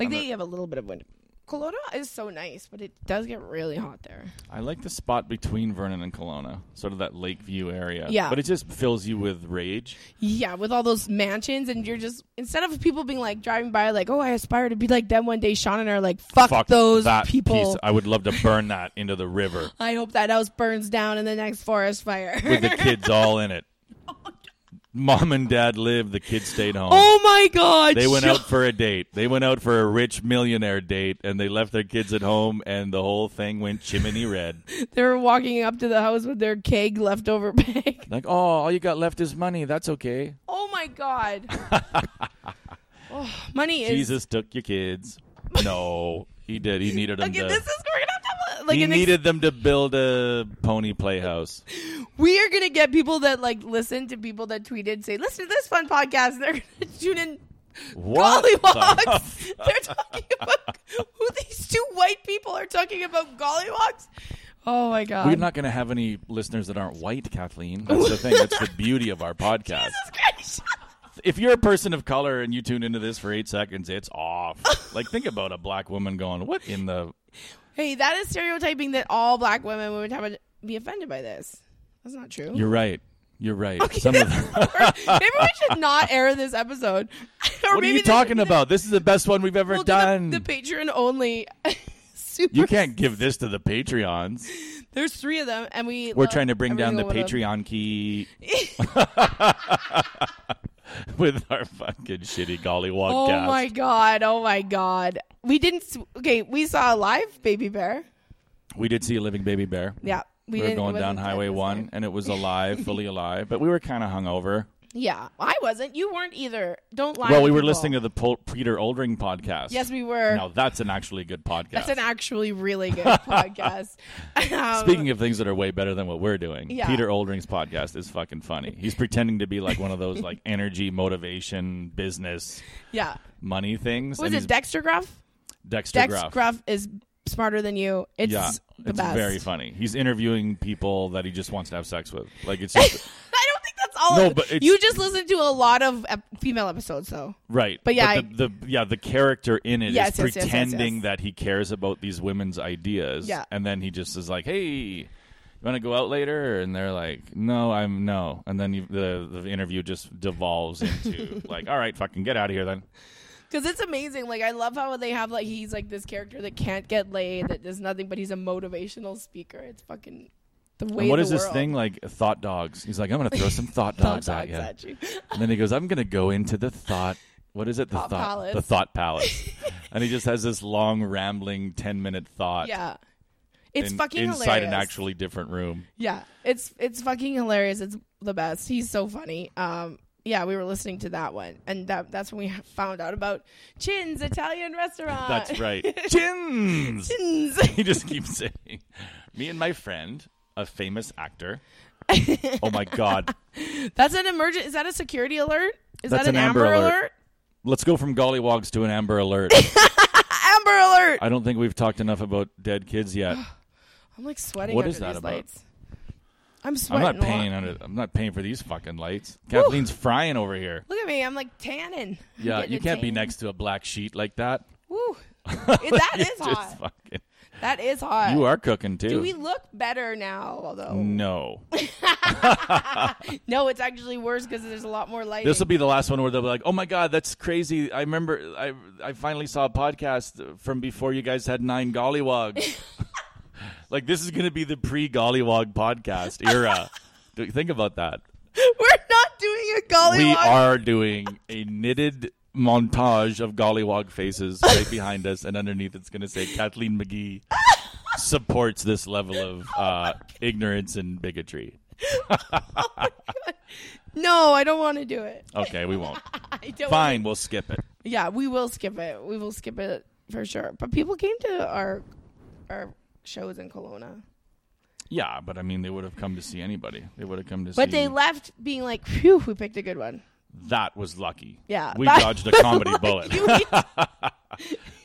S1: Like
S2: I'm
S1: they have a little bit of winter. Kelowna is so nice, but it does get really hot there.
S2: I like the spot between Vernon and Kelowna, sort of that Lakeview area.
S1: Yeah.
S2: But it just fills you with rage.
S1: Yeah, with all those mansions, and you're just instead of people being like driving by, like, oh, I aspire to be like them one day. Sean and I are like, fuck, those
S2: that
S1: people.
S2: piece. I would love to burn that into the river
S1: I hope that house burns down in the next forest fire.
S2: with the kids all in it. Mom and dad lived. The kids stayed home.
S1: oh my god!
S2: They went
S1: Sean-
S2: out for a date. They went out for a rich millionaire date, and they left their kids at home, and the whole thing went chimney red.
S1: They were walking up to the house with their keg leftover bag.
S2: Like, oh, all you got left is money. That's okay.
S1: Oh my god! oh, money is
S2: Jesus took your kids. No, he did. He needed them
S1: Okay,
S2: to.
S1: this is we're gonna have to like
S2: he
S1: an ex-
S2: needed them to build a pony playhouse.
S1: we are gonna get people that like listen to people that tweeted say listen to this fun podcast. and They're gonna tune in
S2: What? the-
S1: gollywogs. They're talking about who these two white people are talking about gollywogs. Oh my god!
S2: We're not going to have any listeners that aren't white, Kathleen. That's the thing. That's the beauty of our podcast.
S1: Jesus Christ.
S2: If you're a person of color and you tune into this for eight seconds, it's off. like, think about a black woman going, "What in the?"
S1: Hey, that is stereotyping that all black women would have a, be offended by this. That's not true.
S2: You're right. You're right.
S1: Okay,
S2: Some of
S1: this is worse. maybe we should not air this episode. or
S2: what are
S1: maybe
S2: you
S1: this-
S2: talking about? This is the best one we've ever
S1: we'll do the-
S2: done.
S1: The, Patreon only. super-
S2: you can't give this to the Patreons.
S1: There's three of them, and we.
S2: We're
S1: love
S2: trying to bring
S1: every
S2: down the
S1: single one of them.
S2: Patreon key with our fucking shitty gollywog
S1: Oh
S2: cast.
S1: my god! Oh my god! We didn't. s- Okay, we saw a live baby bear.
S2: We did see a living baby bear.
S1: Yeah, we
S2: We, were
S1: didn't, it
S2: going down
S1: wasn't dead
S2: Highway
S1: this
S2: One,
S1: time.
S2: and it was alive, fully alive, but we were kind of hungover.
S1: Yeah, I wasn't. You weren't either. Don't lie.
S2: well,
S1: to
S2: we were
S1: people.
S2: listening to the Pol- Peter Oldring podcast.
S1: Yes, we were.
S2: Now that's an actually good podcast.
S1: That's an actually really good podcast. Um,
S2: Speaking of things that are way better than what we're doing,
S1: Yeah.
S2: Peter Oldring's podcast is fucking funny. He's pretending to be like one of those like energy, motivation, business,
S1: yeah,
S2: money things.
S1: was
S2: and
S1: it
S2: he's
S1: Dexter Gruff?
S2: Dexter
S1: Dex
S2: Gruff?
S1: Gruff is smarter than you. It's
S2: yeah,
S1: the
S2: it's
S1: best.
S2: very funny. He's interviewing people that he just wants to have sex with. Like it's just,
S1: I don't think that's all.
S2: No,
S1: of it.
S2: but it's-
S1: you just listened to a lot of ep- female episodes, though.
S2: right,
S1: But yeah,
S2: the, the yeah the character in it is
S1: Yes, yes, yes, yes,
S2: pretending
S1: yes.
S2: that he cares about these women's ideas,
S1: Yeah.
S2: and then he just is like, hey. You want to go out later? And they're like, "No, I'm no." And then you, the the interview just devolves into like, "All right, fucking get out of here then."
S1: Because it's amazing. Like I love how they have like he's like this character that can't get laid, that does nothing, but he's a motivational speaker. It's fucking the way.
S2: And what
S1: of
S2: is
S1: the
S2: this
S1: world.
S2: thing like? Thought dogs. He's like, I'm gonna throw some thought
S1: Thought
S2: dogs at you.
S1: at you.
S2: And then he goes, I'm gonna go into the thought. What is it? The
S1: Thought palace.
S2: The thought palace. and he just has this long, rambling, ten minute thought.
S1: Yeah, it's
S2: in-
S1: fucking
S2: inside
S1: hilarious.
S2: an actually different room.
S1: yeah, it's it's fucking hilarious. It's the best. He's so funny. Um, yeah, we were listening to that one, and that that's when we found out about Chin's Italian restaurant.
S2: That's right. Chins.
S1: Chin's.
S2: He just keeps saying, "Me and my friend, a famous actor." oh my god!
S1: That's an emergent. Is that a security alert? Is
S2: That's
S1: that an, Amber, alert?
S2: Let's go from gollywogs to an Amber Alert.
S1: Amber alert!
S2: I don't think we've talked enough about dead kids yet.
S1: I'm like sweating.
S2: What
S1: under
S2: is that
S1: these
S2: about?
S1: Lights. I'm
S2: I'm
S1: sweating.
S2: not
S1: a lot.
S2: paying under. I'm not paying for these fucking lights. Kathleen's frying over here.
S1: Look at me. I'm like tanning. I'm
S2: Yeah,
S1: getting
S2: you
S1: a
S2: can't be
S1: tan.
S2: next to a black sheet like that.
S1: Woo. It- that
S2: You're
S1: is
S2: just
S1: hot.
S2: fucking-
S1: That is hot.
S2: you are Mm. cooking too.
S1: Do we look better now? Although no,
S2: no,
S1: it's actually worse because there's a lot more light.
S2: this will be the last one where they'll be like, "Oh my god, that's crazy! I remember I I finally saw a podcast from before you guys had nine gollywogs." Like this is going to be the pre Gollywog podcast era. Do- Think about that.
S1: We're not doing a golly
S2: We
S1: walk.
S2: are doing a knitted montage of Gollywog faces right behind us, and underneath it's going to say Kathleen McGee supports this level of
S1: Oh
S2: uh, ignorance and bigotry.
S1: No, I don't want to do it.
S2: Okay, we won't.
S1: I don't
S2: Fine, we'll skip it.
S1: Yeah, we will skip it. We will skip it for sure. But people came to our our shows in Kelowna.
S2: Yeah, but I mean, they would have come to see anybody. They would have come to
S1: But
S2: see.
S1: they left being like, phew, we picked a good one.
S2: that was lucky.
S1: Yeah.
S2: we
S1: that
S2: dodged a
S1: was
S2: comedy
S1: like-
S2: bullet.
S1: you-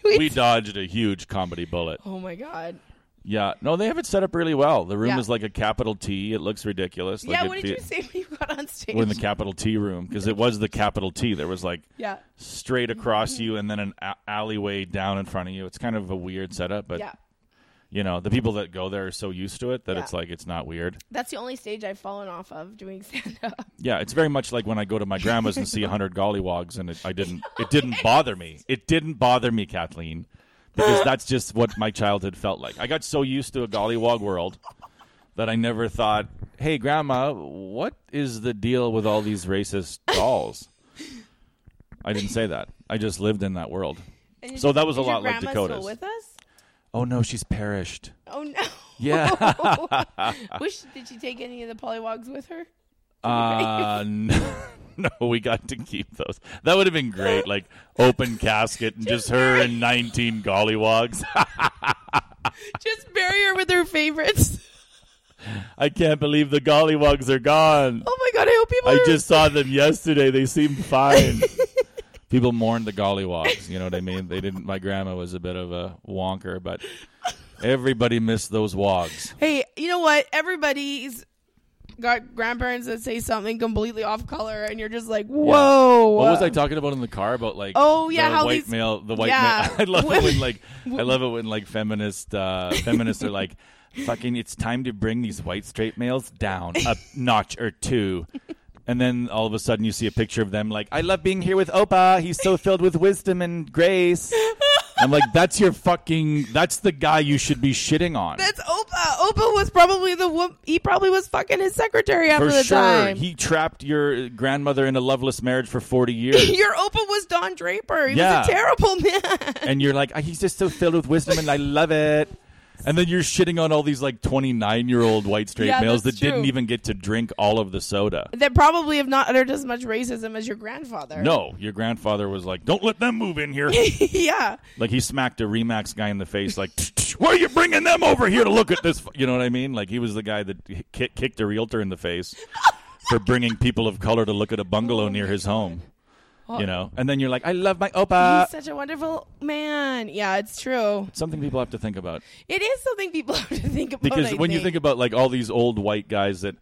S1: we-
S2: We dodged a huge comedy bullet.
S1: oh my God.
S2: Yeah, no, they have it set up really well. The room
S1: Yeah.
S2: is like a capital T. It looks ridiculous. Like
S1: yeah,
S2: it
S1: what did you say
S2: fe-
S1: when you got on stage?
S2: We're in the capital T room because it was the capital T. There was like
S1: yeah.
S2: straight across you and then an a- alleyway down in front of you. It's kind of a weird setup, but
S1: yeah.
S2: you know the people that go there are so used to it that
S1: Yeah.
S2: it's like it's not weird.
S1: That's the only stage I've fallen off of doing stand up.
S2: Yeah, it's very much like when I go to my grandma's and see a hundred gollywogs, and it, I didn't. It didn't bother me. It didn't bother me, Kathleen, because that's just what my childhood felt like. I got so used to a gollywog world that I never thought, "Hey, grandma, what is the deal with all these racist dolls?" I didn't say that. I just lived in that world.
S1: And
S2: So
S1: is-
S2: that was a
S1: is your
S2: lot like
S1: grandma
S2: Dakota's.
S1: Still with us?
S2: Oh no, she's perished.
S1: Oh no.
S2: Yeah.
S1: Wish did she take any of the polywogs with her?
S2: Uh, no, no, we got to keep those. That would have been great. Like open casket and just her and 19 gollywogs.
S1: Just bury her with her favorites.
S2: I can't believe the gollywogs are gone.
S1: Oh my god, I hope people
S2: I
S1: are
S2: just saw them yesterday. They seemed fine. People mourned the gollywogs. You know what I mean? They didn't. My grandma was a bit of a wonker, but everybody missed those wogs.
S1: Hey, you know what? Everybody's got grandparents that say something completely off color and you're just like, Whoa.
S2: What was I talking about in the car about like
S1: um, Oh, yeah,
S2: the
S1: how
S2: white
S1: these-
S2: male the white
S1: Yeah.
S2: male I love it when like I love it when like feminist uh feminists are like fucking it's time to bring these white straight males down a notch or two. And then all of a sudden you see a picture of them like I love being here with Opa. He's so filled with wisdom and grace. I'm like that's your fucking that's the guy you should be shitting on.
S1: That's Opa. Opa was probably the wo- he probably was fucking his secretary after
S2: for
S1: the
S2: sure.
S1: time.
S2: He trapped your grandmother in a loveless marriage for 40 years.
S1: Your Opa was Don Draper. He
S2: Yeah.
S1: was a terrible man.
S2: and you're like, "Ah, he's just so filled with wisdom, and I love it. And then you're shitting on all these like 29 year old white straight
S1: Yeah,
S2: males that
S1: that's
S2: didn't
S1: true.
S2: even get to drink all of the soda.
S1: that probably have not uttered as much racism as your grandfather.
S2: No, your grandfather was like, "Don't let them move in here."
S1: yeah.
S2: like he smacked a Remax guy in the face, like, "Tch, tch, "Why are you bringing them over here to look at this?" f-" You know what I mean? Like he was the guy that ki- kicked a realtor in the face for bringing people of color to look at a bungalow near his home. You know, and then you're like, "I love my opa."
S1: Oh He's such a wonderful man. Yeah, it's true.
S2: Something people have to think about.
S1: It is something people have to think about.
S2: because
S1: I
S2: when you think about like all these old white guys that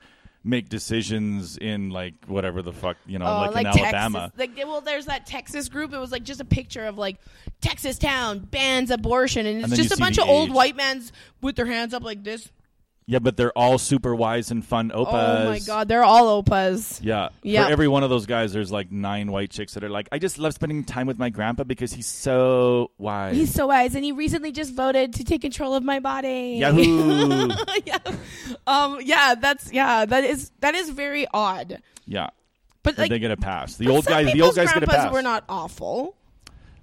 S2: make decisions in like whatever the fuck you know
S1: Oh,
S2: like, in
S1: Texas.
S2: alabama
S1: Like, they- well, there's that Texas group. It was like just a picture of like Texas town bans abortion, and it's
S2: then you
S1: just a
S2: see
S1: bunch
S2: the
S1: of old
S2: age.
S1: white men with their hands up like this.
S2: yeah but they're all super wise and fun opas
S1: Oh my god, they're all opas.
S2: yeah.
S1: Yeah.
S2: For every one of those guys, there's like nine white chicks that are like, I just love spending time with my grandpa because he's so wise.
S1: He's so wise, and he recently just voted to take control of my body.
S2: Yahoo!
S1: yeah. Um. Yeah. That's yeah. That is that is very odd.
S2: yeah.
S1: But
S2: And
S1: like
S2: they get a pass. The
S1: but
S2: old
S1: some
S2: guys, the
S1: people's
S2: old guys get a
S1: grandpas
S2: pass.
S1: were not awful.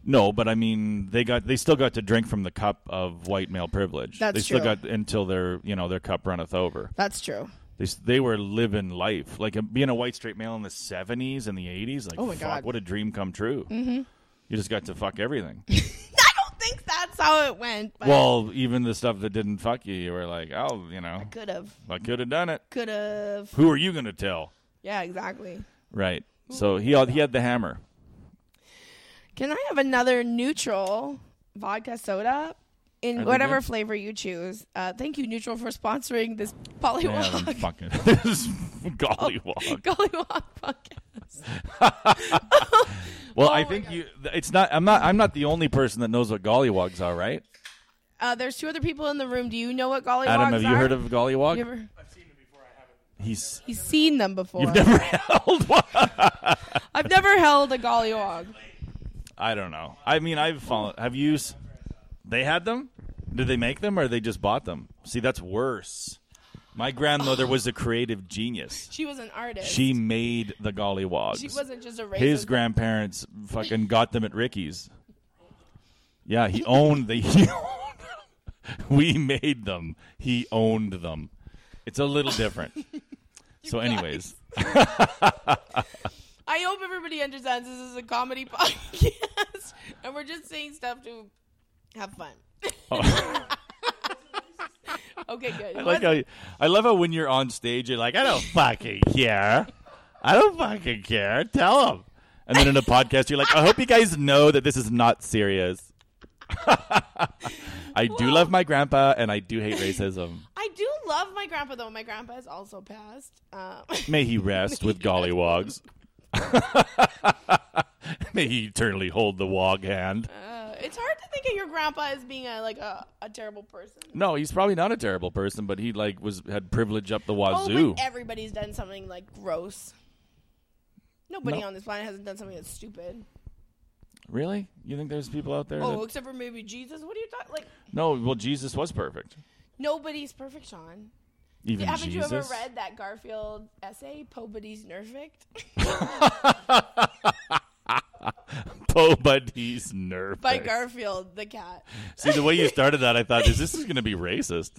S2: No, but I mean, they got they still got to drink from the cup of white male privilege.
S1: That's
S2: they still
S1: true.
S2: got until their you know their cup runneth over.
S1: That's true.
S2: They, s- they were living life like uh, being a white straight male in the 70s and the 80s like
S1: Oh my
S2: fuck,
S1: God. Mm-hmm.
S2: what a dream come true you just got to fuck everything
S1: I don't think that's how it went. But
S2: well even the stuff that didn't fuck you you were like oh you know
S1: could have,
S2: i could have done it
S1: could have.
S2: who are you gonna tell
S1: Yeah. Exactly.
S2: right so he had- he had the hammer
S1: Can I have another neutral vodka soda
S2: Are
S1: in
S2: they
S1: whatever
S2: good?
S1: flavor you choose? Uh, thank you, Neutral, for sponsoring this
S2: Man,
S1: Pollywog.
S2: fucking this is gollywog
S1: Gollywog podcast. Oh
S2: well i
S1: my
S2: think
S1: God.
S2: you th- it's not i'm not i'm not the only person that knows what gollywogs are right
S1: Uh, there's two other people in the room. Do you know what Gollywogs
S2: adam have you
S1: are?
S2: heard of gollywog
S1: You ever-
S2: he's
S1: He's seen them before.
S2: you've never held one
S1: I've never held a Gollywog.
S2: I don't know. I mean, I've fallen. Have you? s- They had them. Did they make them or they just bought them? See, that's worse. My grandmother was a creative genius.
S1: She was an artist.
S2: She made the gollywogs.
S1: She wasn't just a racist.
S2: His grandparents fucking got them at Ricky's. Yeah, he owned the. He owned them. We made them. He owned them. It's a little different. so, anyways,
S1: I hope everybody understands this is a comedy podcast, and we're just saying stuff to have fun. okay, good.
S2: Oh. I like how, I love how when you're on stage, you're like, I don't fucking care. I don't fucking care. Tell them. And then in a podcast, you're like, I hope you guys know that this is not serious. I do love my grandpa, and I do hate racism.
S1: I do love my grandpa though. My grandpa is also passed. Um,
S2: May he rest with gollywogs. May he eternally hold the wog hand.
S1: uh, it's hard to think of your grandpa as being a like a, a terrible person.
S2: No, he's probably not a terrible person, but he like was had privilege up the
S1: Oh,
S2: wazoo.
S1: but everybody's done something like gross. Nobody
S2: No.
S1: on this planet hasn't done something that's stupid.
S2: really? You think there's people out there?
S1: Oh,
S2: that-
S1: except for maybe Jesus. What are you talking? Like
S2: no. Well, Jesus was perfect.
S1: nobody's perfect, Sean.
S2: Even
S1: Haven't
S2: Jesus.
S1: you ever read that Garfield essay, Pobody's Nerfect?
S2: Nobody's nerve.
S1: By Garfield the cat.
S2: See the way you started that, I thought, is this is going to be racist?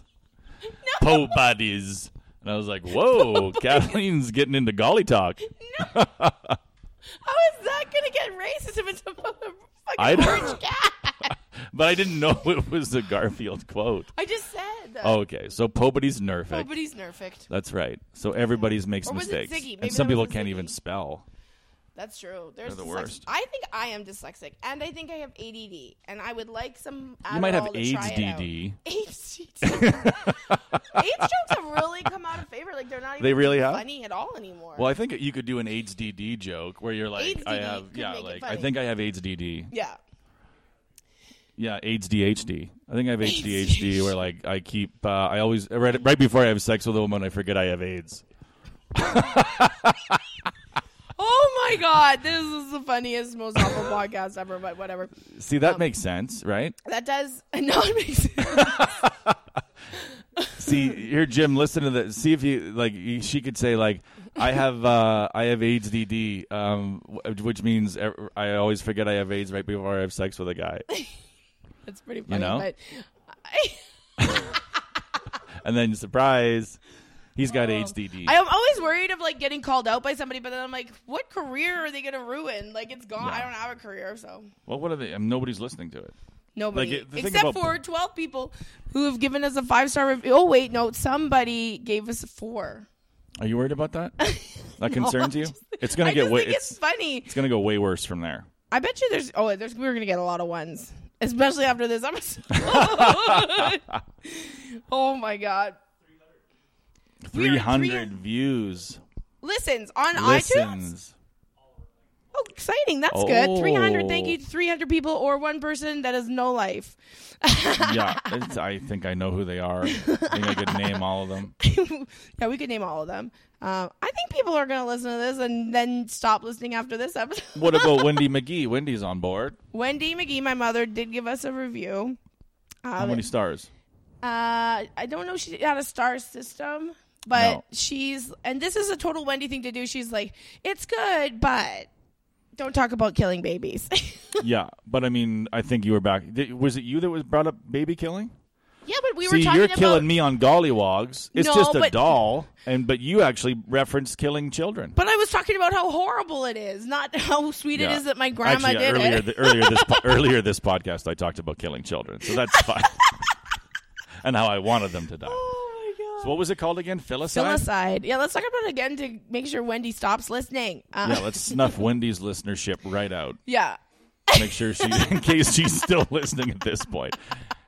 S2: No. buddies. And I was like, whoa, Kathleen's getting into golly talk.
S1: How is that gonna get racist if it's a fucking
S2: I don't-
S1: orange cat?
S2: But I didn't know it was a Garfield quote.
S1: I just said that.
S2: Oh, Okay, so Pobody's nerfect.
S1: Pobody's Nerfect.
S2: That's right. So everybody's makes
S1: Or was it
S2: mistakes.
S1: Ziggy? Maybe
S2: And some
S1: that
S2: people
S1: was a
S2: can't
S1: Ziggy.
S2: even spell.
S1: That's true. There's
S2: the
S1: dyslexic-
S2: worst.
S1: I think I am dyslexic, and I think I have ADD, and I would like some. Adderall
S2: You might have
S1: to
S2: AIDS
S1: try it out.
S2: DD.
S1: AIDS jokes. AIDS jokes have really come out of favor. Like they're not even
S2: They really have?
S1: funny at all anymore.
S2: Well, I think you could do an AIDS DD joke where you're like,
S1: AIDS
S2: I
S1: DD
S2: have,
S1: could
S2: yeah,
S1: make it
S2: like, I
S1: funny.
S2: think I have AIDS DD.
S1: Yeah.
S2: Yeah, AIDS DHD. I think I have AIDS DHD where, like, I keep, uh, I always, right, right before I have sex with a woman, I forget I have AIDS.
S1: Oh my god, this is the funniest, most awful podcast ever. But whatever.
S2: See,
S1: Um,
S2: that makes sense, right?
S1: That does not make sense.
S2: See, here, Jim, listen to that. See if you, like, you- she could say, like, I have, uh, I have AIDS DD, um, wh- which means e- I always forget I have AIDS right before I have sex with a guy.
S1: That's pretty funny.
S2: know?
S1: But I,
S2: And then, surprise, he's got AIDS
S1: Oh. I
S2: DD.
S1: am always worried of like getting called out by somebody, but then I'm like, what career are they gonna ruin? Like it's gone.
S2: Yeah.
S1: I don't have a career, so
S2: Well, what are they? Um, nobody's listening to it.
S1: Nobody,
S2: Like, it- the thing
S1: except
S2: about-
S1: for twelve people who have given us a five star review. Oh wait, no, somebody gave us four.
S2: Are you worried about that? That concerns you?
S1: just-
S2: It's gonna
S1: I
S2: get
S1: just
S2: way.
S1: think it's,
S2: It's,
S1: funny.
S2: it's gonna go way worse from there.
S1: I bet you there's oh there's we're gonna get a lot of ones, especially after this episode. oh my god, We are-
S2: Three hundred
S1: we
S2: views,
S1: listens on iTunes.
S2: listens.
S1: Oh, exciting! That's good. Three hundred. Thank
S2: Oh.
S1: you, three hundred people or one person. That is no life.
S2: yeah, it's, I think I know who they are. I think I could name all of them.
S1: yeah, we could name all of them. Um, I think people are gonna listen to this and then stop listening after this episode.
S2: What about Wendy McGee? Wendy's on board.
S1: Wendy McGee, my mother, did give us a review.
S2: How
S1: Um,
S2: many stars?
S1: uh, I don't know if she had a star system, but
S2: No.
S1: she's and this is a total Wendy thing to do. She's like, it's good, but don't talk about killing babies.
S2: Yeah, but I mean, I think you were back. Th- Was it you that was brought up baby killing?
S1: yeah, but we were
S2: See,
S1: talking
S2: you're
S1: about
S2: killing me on gollywogs. It's
S1: No,
S2: just a
S1: but-
S2: doll, and but you actually referenced killing children.
S1: But I was talking about how horrible it is, not how sweet it
S2: Yeah.
S1: is that my grandma
S2: Actually,
S1: did
S2: earlier,
S1: it.
S2: th- earlier this po- earlier this podcast, I talked about killing children, so that's fine. and how I wanted them to die.
S1: oh my god.
S2: So what was it called again? Filicide.
S1: Filicide. Yeah, let's talk about it again to make sure Wendy stops listening. Uh,
S2: Yeah, let's snuff Wendy's listenership right out.
S1: yeah.
S2: Make sure she, in case she's still listening at this point.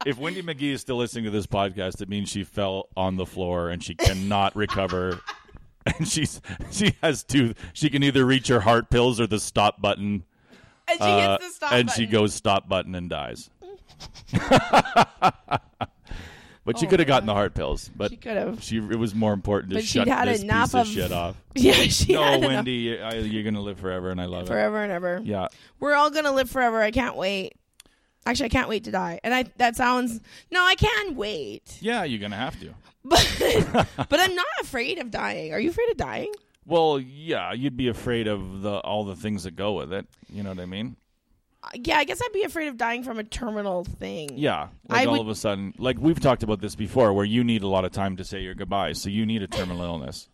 S2: If Wendy McGee is still listening to this podcast, it means she fell on the floor and she cannot recover. And she's she has two. She can either reach her heart pills or the stop button.
S1: And she
S2: uh,
S1: hits the stop
S2: and
S1: button.
S2: she goes stop button and dies. but she could have gotten the heart pills, but
S1: Oh, She could have.
S2: she it was more important to
S1: But
S2: shut
S1: she'd had
S2: this
S1: enough
S2: piece of,
S1: of-
S2: shit off.
S1: Yeah, she
S2: No,
S1: had enough-
S2: Wendy, you- I, you're gonna live forever, and I love it.
S1: Forever and ever.
S2: Yeah,
S1: We're all gonna live forever. I can't wait. Actually, I can't wait to die. And I that sounds no, I can wait,
S2: Yeah, you're gonna have to.
S1: but but I'm not afraid of dying. Are you afraid of dying?
S2: Well, yeah, you'd be afraid of the all the things that go with it. You know what I mean?
S1: Uh, Yeah, I guess I'd be afraid of dying from a terminal thing.
S2: Yeah.
S1: I
S2: Like all
S1: would-
S2: of a sudden, like we've talked about this before, where you need a lot of time to say your goodbyes, so you need a terminal illness.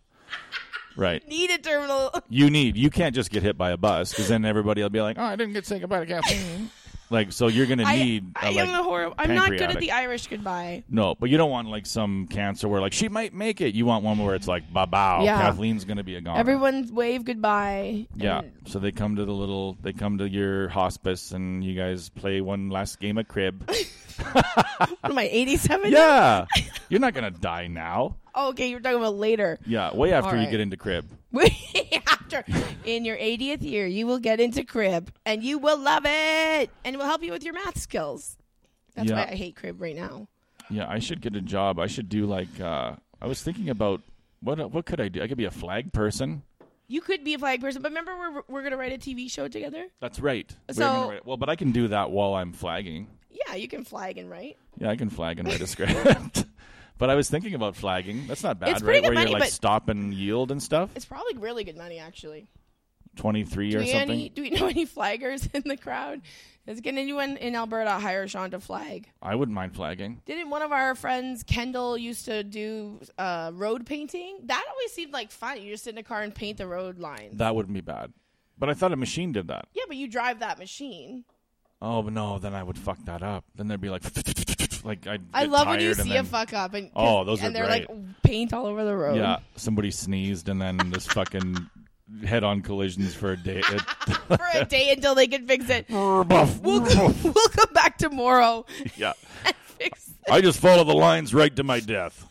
S2: Right.
S1: need a terminal.
S2: You need. You can't just get hit by a bus because then everybody will be like, "Oh, I didn't get to say goodbye to Kathleen." like, so you're gonna
S1: I,
S2: need. a,
S1: I
S2: like,
S1: am the horrible. I'm not good at
S2: pancreatic.
S1: the Irish goodbye.
S2: No, but you don't want like some cancer where like she might make it. You want one where it's like, "Ba bow,
S1: Yeah.
S2: Kathleen's gonna be a goner."
S1: Everyone wave goodbye.
S2: Yeah.
S1: And
S2: So they come to the little, they come to your hospice, and you guys play one last game of crib.
S1: What am I, 87?
S2: yeah. You're not gonna die now.
S1: Oh, okay, you're talking about later.
S2: Yeah. Way after
S1: All right.
S2: you get into crib.
S1: After, in your 80th year, you will get into crib and you will love it and it will help you with your math skills. That's
S2: Yeah.
S1: why I hate crib right now.
S2: Yeah. I should get a job. I should do like. uh I was thinking about what what could I do? I could be a flag person.
S1: You could be a flag person, but remember we're, we're going to write a TV show together?
S2: That's right. We're
S1: So-
S2: gonna write- well, but I can do that while I'm flagging.
S1: Yeah, you can flag and write.
S2: Yeah, I can flag and write a script. but I was thinking about flagging. That's not bad,
S1: It's pretty
S2: right?
S1: good
S2: Where
S1: money,
S2: you're like
S1: but-
S2: stop and yield and stuff.
S1: It's probably really good money, actually.
S2: Twenty three
S1: Do
S2: or
S1: we,
S2: something.
S1: any, do we know any flaggers in the crowd? Is can anyone in Alberta hire Sean to flag?
S2: I wouldn't mind flagging.
S1: Didn't one of our friends, Kendall, used to do uh, road painting? That always seemed like fun. You just sit in a car and paint the road lines.
S2: That wouldn't be bad. But I thought a machine did that.
S1: yeah, but you drive that machine.
S2: Oh but no, then I would fuck that up. Then there'd be like, like I'd
S1: I
S2: get
S1: love when you
S2: tired and
S1: see a
S2: then-
S1: fuck up and
S2: Oh, those
S1: and
S2: are
S1: they're like paint all over the road.
S2: Yeah, somebody sneezed and then this fucking head-on collisions for a day. It,
S1: for a day until they can fix it. We'll go,
S2: yeah,
S1: we'll come back tomorrow and fix. It.
S2: I just follow the lines right to my death.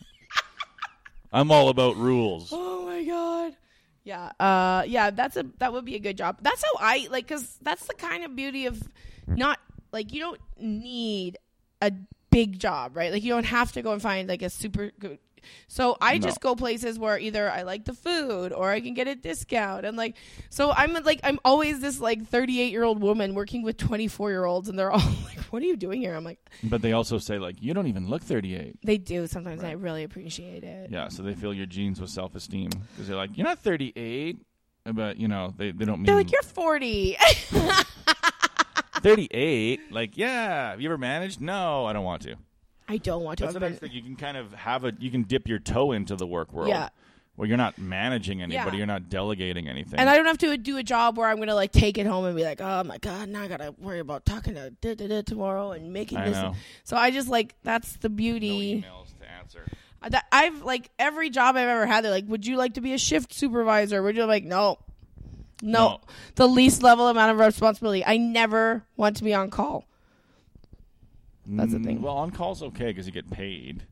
S2: I'm all about rules.
S1: Oh my god. Yeah. Uh. Yeah. That's a that would be a good job. That's how I like because that's the kind of beauty of not like you don't need a big job, right? Like you don't have to go and find like a super good. So I
S2: No.
S1: just go places where either I like the food or I can get a discount and like so I'm like I'm always this like 38 year old woman working with 24 year olds and they're all like, "What are you doing here?" I'm like,
S2: But they also say like, you don't even look 38.
S1: "They do sometimes. and I really appreciate it."
S2: Yeah, so they fill your jeans with self-esteem because they're like, you're not 38. But you know they, they don't mean
S1: They're like, "You're 40."
S2: 38. Like yeah, have you ever managed? No, I don't want to.
S1: I don't want to.
S2: That's
S1: I've
S2: the nice
S1: been-
S2: thing. You can kind of have a you can dip your toe into the work world.
S1: Yeah.
S2: Where you're not managing
S1: Yeah.
S2: anybody, you're not delegating anything.
S1: And I don't have to do a job where I'm gonna like take it home and be like, oh my god, now I gotta worry about talking to da, da, da tomorrow and making
S2: I
S1: this.
S2: know.
S1: So I just like that's the
S2: no
S1: beauty.
S2: emails to answer.
S1: that I've like every job I've ever had. They're like, would you like to be a shift supervisor? Would you I'm like no. no,
S2: No.
S1: the least level amount of responsibility. I never want to be on call. That's the
S2: Mm,
S1: thing.
S2: Well, on call's okay because you get paid.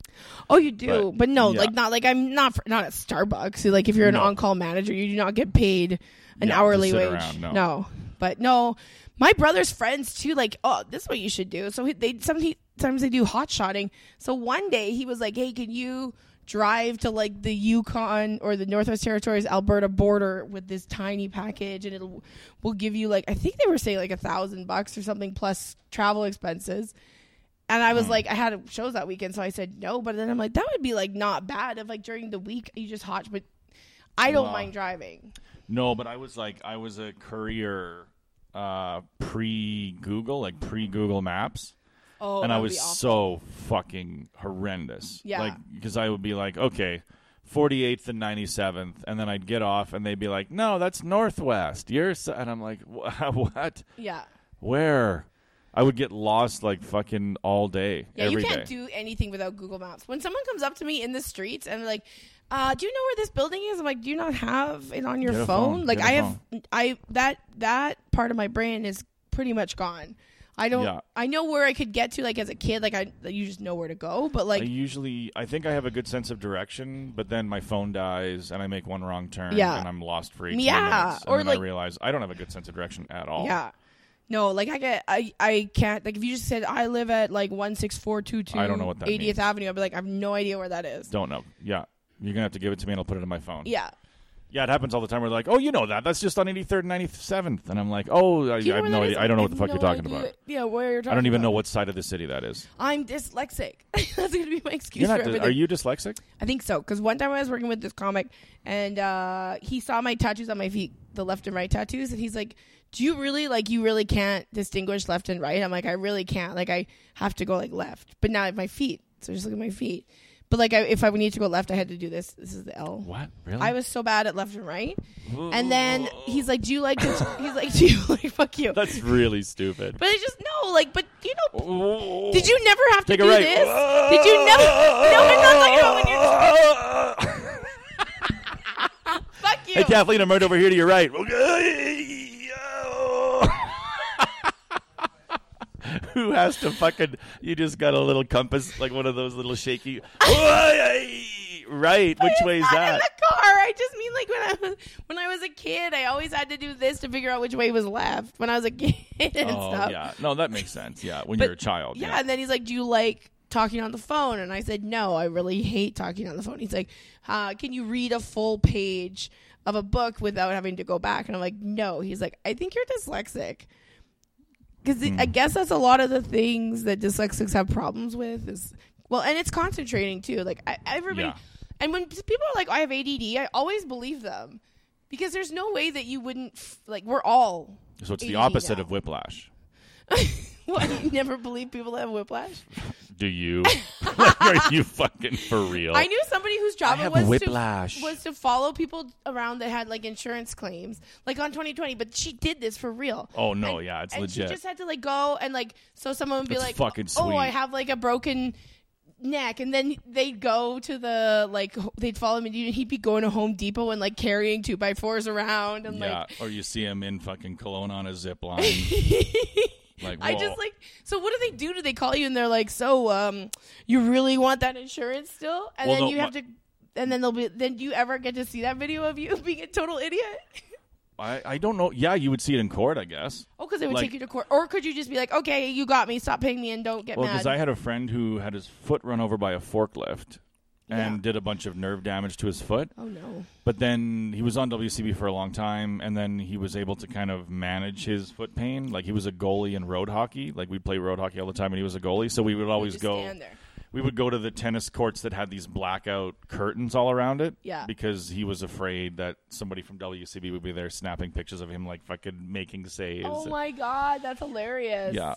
S1: Oh, you do, but,
S2: But-
S1: no,
S2: yeah.
S1: like not like I'm not for, not at Starbucks. Like if you're an
S2: No.
S1: on-call manager, you do not get paid an
S2: Yeah, to
S1: hourly
S2: sit
S1: wage.
S2: around, no.
S1: but no, my brother's friends too. Like, oh, this is what you should do. So he- they some he- sometimes they do hot shotting. So one day he was like, hey, can you drive to like the Yukon or the Northwest Territories Alberta border with this tiny package, and it'll will give you like I think they were saying like a thousand bucks or something plus travel expenses. And I
S2: Hmm.
S1: was like, I had shows that weekend, so I said no. But then I'm like, that would be like not bad if like during the week you just hotch. But I don't
S2: Wow.
S1: mind driving.
S2: No, but I was like, I was a courier uh, pre Google, like pre Google Maps.
S1: Oh,
S2: and
S1: that
S2: I
S1: would
S2: was
S1: be awful.
S2: so fucking horrendous.
S1: Yeah.
S2: Like, because I would be like, okay, 48th and 97th. And then I'd get off and they'd be like, no, that's Northwest. You're, s-" and I'm like, "Wha- what?
S1: yeah.
S2: Where? I would get lost like fucking all day,
S1: Yeah,
S2: every
S1: you can't
S2: day.
S1: do anything without Google Maps. When someone comes up to me in the streets and they're like, uh, "Do you know where this building is?" I'm like, "Do you not have it on your
S2: Get
S1: phone?"
S2: a phone.
S1: Like
S2: Get a
S1: I have, I that that part of my brain is pretty much gone. I don't.
S2: Yeah.
S1: I know where I could get to, like as a kid, like I you just know where to go. But
S2: I
S1: like,
S2: usually, I think I have a good sense of direction, but then my phone dies and I make one wrong turn
S1: Yeah.
S2: and I'm lost for 18
S1: Yeah,
S2: minutes. And
S1: or
S2: then
S1: like-
S2: I realize I don't have a good sense of direction at all.
S1: yeah, no, like I get, I I can't. Like if you just said I live at like one six four two two,
S2: I don't know what that
S1: 80th
S2: means.
S1: Avenue, I'd be like, I have no idea where that is.
S2: Don't know. Yeah. You're going to have to give it to me and I'll put it in my phone.
S1: Yeah.
S2: Yeah, it happens all the time. We're like, oh, you know that. That's just on 83rd and 97th. And I'm like, oh, I, I
S1: Do you
S2: have
S1: where
S2: no
S1: that
S2: idea.
S1: is?
S2: I don't know
S1: I
S2: what the
S1: have
S2: fuck you're
S1: no
S2: talking
S1: idea-
S2: about.
S1: Yeah, where you're talking
S2: I don't even
S1: about.
S2: know what side of the city that is.
S1: I'm dyslexic. That's gonna be my excuse
S2: You're not,
S1: for
S2: dy-
S1: everything.
S2: are you dyslexic?
S1: I think so. Because one time I was working with this comic, and uh, he saw my tattoos on my feet, the left and right tattoos, and he's like, "Do you really like you really can't distinguish left and right?" I'm like, "I really can't. Like I have to go like left, but now I have my feet. So just look at my feet. But like I, if I need to go left, I had to do this. This is the L.
S2: What? Really?
S1: I was so bad at left and right. And then he's like, "Do you like?" To he's like, "Do you like?" Fuck you.
S2: That's really stupid.
S1: but I just no, like, but you know,
S2: Did
S1: did you never have to
S2: take
S1: do
S2: a right?
S1: this? Did you never? No, I'm not talking about when you're. Fuck you.
S2: Hey, Kathleen, I'm right over here to your right. Who has to fucking? You just got a little compass, like one of those little shaky. right? Which way is
S1: Not in
S2: that?
S1: the car. I just mean like when I was when I was a kid, I always had to do this to figure out which way was left when I was a kid and
S2: Oh
S1: stuff.
S2: yeah, no, that makes sense. Yeah, when
S1: But-
S2: you're a child.
S1: Yeah, and then he's like, "Do you like talking on the phone?" And I said, "No, I really hate talking on the phone." He's like, uh, "Can you read a full page of a book without having to go back?" And I'm like, "No." He's like, "I think you're dyslexic." Because I guess that's a lot of the things that dyslexics have problems with is well, and it's concentrating too. Like I, everybody,
S2: Yeah.
S1: and when people are like, "I have ADD," I always believe them because there's no way that you wouldn't f- like. We're all
S2: So it's the
S1: ADD
S2: opposite
S1: now.
S2: of whiplash.
S1: what you never believe people that have whiplash.
S2: Do you? Like, are you fucking for real?
S1: I knew somebody whose job
S2: Oh. I
S1: it
S2: have
S1: was
S2: whiplash.
S1: to was to follow people around that had like insurance claims, like on 2020. But she did this for real.
S2: Oh no,
S1: And-
S2: yeah, it's
S1: and
S2: legit.
S1: She just had to like go and like so someone would be
S2: That's
S1: like,
S2: fucking
S1: "Oh, I
S2: sweet.
S1: have like a broken." neck and then they'd go to the like ho- they'd follow him and he'd be going to home depot and like carrying two by fours around and
S2: yeah,
S1: like
S2: or you see him in fucking cologne on a zip line. like
S1: i
S2: whoa.
S1: just like so what do they do do they call you and they're like so um you really want that insurance still and
S2: Well,
S1: then
S2: no,
S1: you
S2: my-
S1: have to and then they'll be then do you ever get to see that video of you being a total idiot
S2: I, I don't know. Yeah, you would see it in court, I guess.
S1: oh because they would
S2: Like-
S1: take you to court or could you just be like okay you got me stop paying me and don't get
S2: Well,
S1: Oh, mad
S2: because I had a friend who had his foot run over by a forklift and
S1: Yeah.
S2: did a bunch of nerve damage to his foot.
S1: oh no
S2: But then he was on WCB for a long time, and then he was able to kind of manage his foot pain. Like he was a goalie in road hockey. Like we'd play road hockey all the time, and he was a goalie. So we would always
S1: just
S2: go.
S1: stand there
S2: we would go to the tennis courts that had these blackout curtains all around it.
S1: Yeah.
S2: Because he was afraid that somebody from WCB would be there snapping pictures of him, like fucking making saves.
S1: oh my god that's hilarious
S2: Yeah.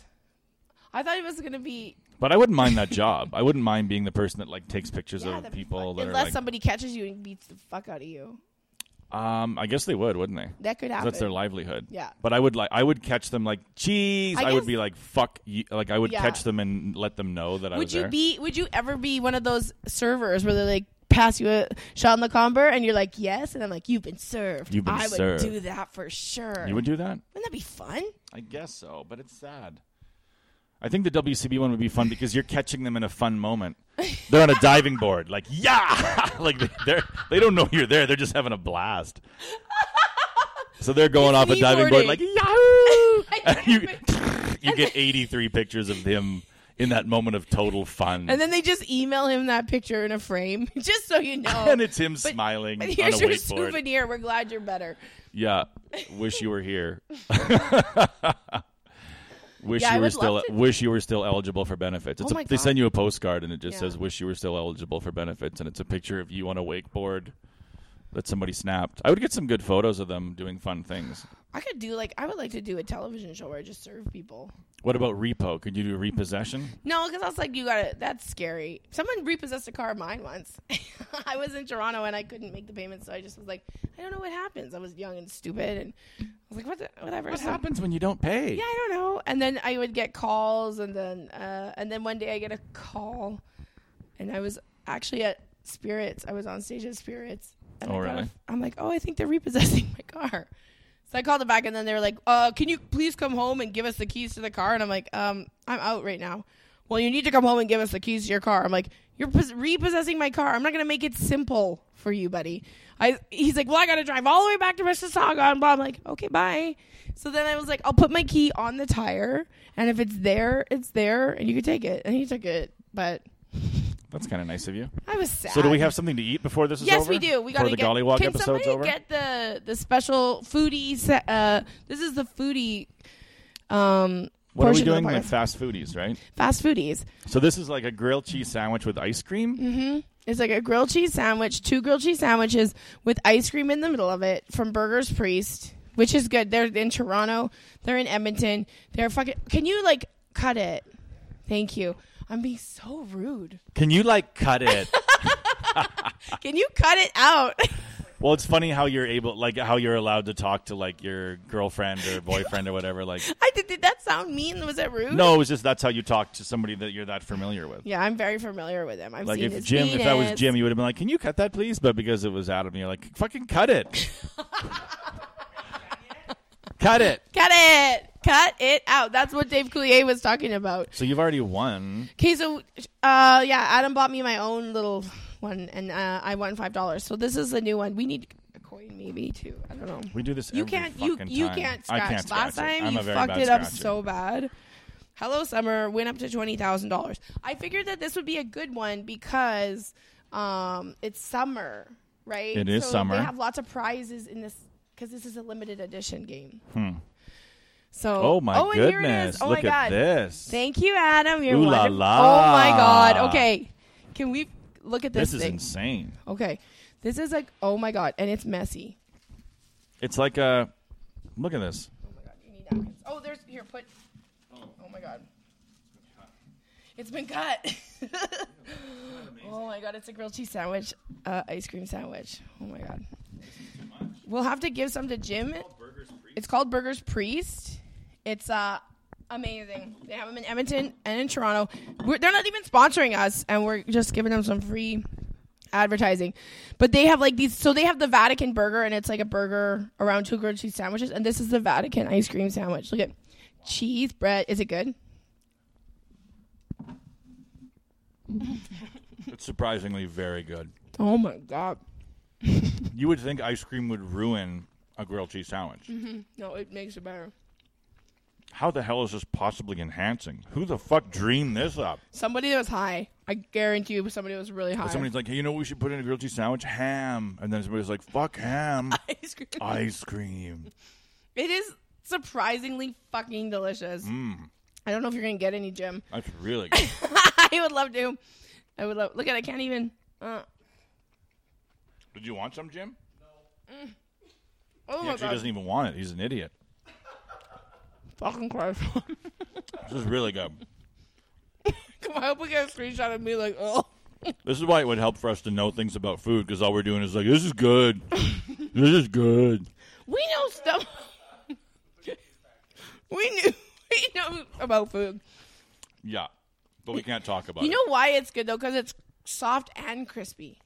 S1: i thought it was gonna be
S2: But I wouldn't mind that job. I wouldn't mind being the person that like takes pictures
S1: yeah,
S2: of
S1: that'd be
S2: people
S1: fun.
S2: that
S1: unless
S2: are like.
S1: somebody catches you and beats the fuck out of you
S2: um, I guess they would, wouldn't they?
S1: that could
S2: 'Cause
S1: happen
S2: That's their livelihood.
S1: Yeah.
S2: But I would like I would catch them like cheese.
S1: I
S2: I, would
S1: guess-
S2: be like fuck you. Like I would
S1: Yeah.
S2: catch them and let them know that I
S1: Would
S2: was
S1: you
S2: there.
S1: be? Would you ever be one of those servers where they like pass you a shot in the comber and you're like yes, and I'm like you've been served.
S2: You've been
S1: I
S2: served.
S1: would do that for sure.
S2: you would do that?
S1: Wouldn't that be fun?
S2: I guess so, but it's sad. I think the WCB one would be fun because you're catching them in a fun moment. They're on a diving board, like yeah, like they- they're they don't know you're there. They're just having a blast. So they're going off a diving board,
S1: kneeboarding.
S2: like yahoo!
S1: can't
S2: And you you get 83 pictures of them in that moment of total fun,
S1: And then they just email him that picture in a frame, just so you know.
S2: And it's him smiling
S1: Oh, But
S2: on a
S1: here's your
S2: wakeboard.
S1: souvenir. We're glad you're better.
S2: Yeah, wish you were here. wish
S1: Yeah, I
S2: you were
S1: would
S2: still
S1: love to-
S2: wish you were still eligible for benefits. It's
S1: Oh
S2: a,
S1: my
S2: they
S1: God.
S2: send you a postcard and it just
S1: Yeah.
S2: says wish you were still eligible for benefits and it's a picture of you on a wakeboard that somebody snapped. I would get some good photos of them doing fun things.
S1: I could do like I would like to do a television show where I just serve people.
S2: What about repo? Could you do repossession?
S1: No, because I was like, you got to That's scary. Someone repossessed a car of mine once. I was in Toronto and I couldn't make the payment, so I just was like, I don't know what happens. I was young and stupid, and I was like, what? The, whatever.
S2: What
S1: So-
S2: happens when you don't pay?
S1: Uh-huh. Yeah, I don't know. And then I would get calls, and then uh, and then one day I get a call, and I was actually at Spirits. I was on stage at Spirits. And
S2: Oh,
S1: I got a-
S2: really?
S1: I'm like, oh, I think they're repossessing my car. So I called them back, and then they were like, uh, can you please come home and give us the keys to the car? And I'm like, um, I'm out right now. Well, you need to come home and give us the keys to your car. I'm like, you're pos- repossessing my car. I'm not gonna make it simple for you, buddy. I he's like, well, I gotta drive all the way back to Mississauga, and blah. I'm like, okay, bye. So then I was like, I'll put my key on the tire, and if it's there, it's there, and you can take it. And he took it, but
S2: That's kind of nice of you.
S1: I was sad.
S2: So do we have something to eat before this is
S1: Uh, Yes,
S2: over?
S1: we do. We got to
S2: before the
S1: get.
S2: Gollywog
S1: can
S2: episode's
S1: somebody
S2: over.
S1: get the the special foodie? se- Uh, this is the foodie. Um,
S2: what are we
S1: portion of
S2: doing?
S1: the
S2: Like
S1: podcast.
S2: fast foodies, right?
S1: fast foodies.
S2: So this is like a grilled cheese sandwich with ice cream.
S1: Mm-hmm. It's like a grilled cheese sandwich, two grilled cheese sandwiches with ice cream in the middle of it from Burgers Priest, which is good. They're in Toronto, they're in Edmonton. They're fucking Can you like cut it? Thank you. I'm being so rude.
S2: Can you like cut it?
S1: Can you cut it out?
S2: well, it's funny how you're able, like how you're allowed to talk to like your girlfriend or boyfriend or whatever. Like,
S1: I did, did that sound mean? Was that rude?
S2: no, it's just that's how you talk to somebody that you're that familiar with.
S1: Yeah, I'm very familiar with him. I've
S2: Like
S1: seen
S2: if
S1: his
S2: Jim, if that was
S1: penis.
S2: Jim, you would have been like, "Can you cut that, please?" But because it was Adam, you're like, "Fucking cut it, cut it."
S1: cut it, cut it out. That's what Dave Coulier was talking about.
S2: So you've already won.
S1: Okay, so uh, yeah, Adam bought me my own little one, and uh, I won five dollars. So this is a new one. We need a coin, maybe too. I don't know.
S2: We do this.
S1: You
S2: every
S1: can't. You
S2: fucking
S1: you
S2: time.
S1: can't
S2: I
S1: scratch. Last
S2: scratch it.
S1: time
S2: I'm
S1: you
S2: a very
S1: fucked
S2: bad
S1: it up
S2: scratcher.
S1: so bad. Hello, summer went up to twenty thousand dollars. I figured that this would be a good one because um, it's summer, right?
S2: It is
S1: so
S2: summer.
S1: They have lots of prizes in this because this is a limited edition game. So
S2: Hmm. Oh my
S1: oh, and
S2: goodness!
S1: Here it is. Oh my
S2: Look
S1: god!
S2: at this.
S1: Thank you, Adam. You're
S2: Ooh la
S1: wonderful.
S2: la.
S1: Oh my god. Okay. Can we look at this,
S2: This is
S1: thing?
S2: insane.
S1: okay. This is like oh my god, and it's messy.
S2: It's like a. Look at this.
S1: Oh my god, you need napkins. Oh, there's here put Oh my god. It's been cut. oh my god, it's a grilled cheese sandwich, uh, ice cream sandwich. Oh my god. We'll have to give some to Jim. It's called Burgers Priest. It's uh amazing. They have them in Edmonton and in Toronto. We're, they're not even sponsoring us, and we're just giving them some free advertising. But they have like these. So they have the Vatican burger, and it's like a burger around two grilled cheese sandwiches, and this is the Vatican ice cream sandwich. Look at cheese, bread. Is it good?
S2: It's surprisingly very good.
S1: Oh my god.
S2: You would think ice cream would ruin a grilled cheese sandwich.
S1: No, it makes it better.
S2: How the hell is this possibly enhancing? Who the fuck dreamed this up?
S1: Somebody that was high. I guarantee you, somebody that was really high.
S2: Somebody's like, hey, you know what we should put in a grilled cheese sandwich? Ham. And then somebody's like, fuck ham.
S1: ice cream.
S2: Ice cream.
S1: It is surprisingly fucking delicious.
S2: Mm.
S1: I don't know if you're gonna get any, Jim.
S2: That's really good.
S1: I would love to. I would love. Look at. I can't even. Uh,
S2: Did you want some, Jim?
S1: oh
S2: He
S1: my
S2: actually
S1: god!
S2: doesn't even want it. He's an idiot.
S1: Fucking Christ!
S2: This is really good.
S1: Come on, I hope we get a screenshot of me like, oh.
S2: This is why it would help for us to know things about food because all we're doing is like, this is good. this is good.
S1: We know stuff. we knew. We know about food.
S2: Yeah. But we can't talk about
S1: You
S2: it.
S1: know why it's good though? Because it's soft and crispy.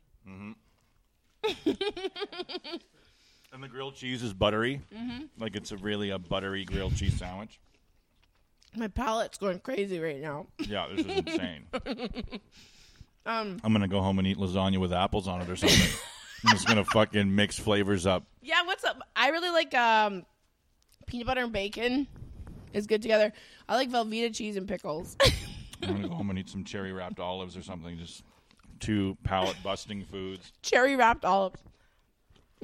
S2: And the grilled cheese is buttery.
S1: Mm-hmm.
S2: Like it's a really a buttery grilled cheese sandwich.
S1: My palate's going crazy right now.
S2: Yeah, this is insane.
S1: Um,
S2: I'm gonna go home and eat lasagna with apples on it or something. I'm just gonna fucking mix flavors up.
S1: Yeah, what's up? I really like um, peanut butter and bacon. Is good together. I like Velveeta cheese and pickles.
S2: I'm gonna go home and eat some cherry wrapped olives or something. Just two palate busting foods.
S1: Cherry wrapped olives.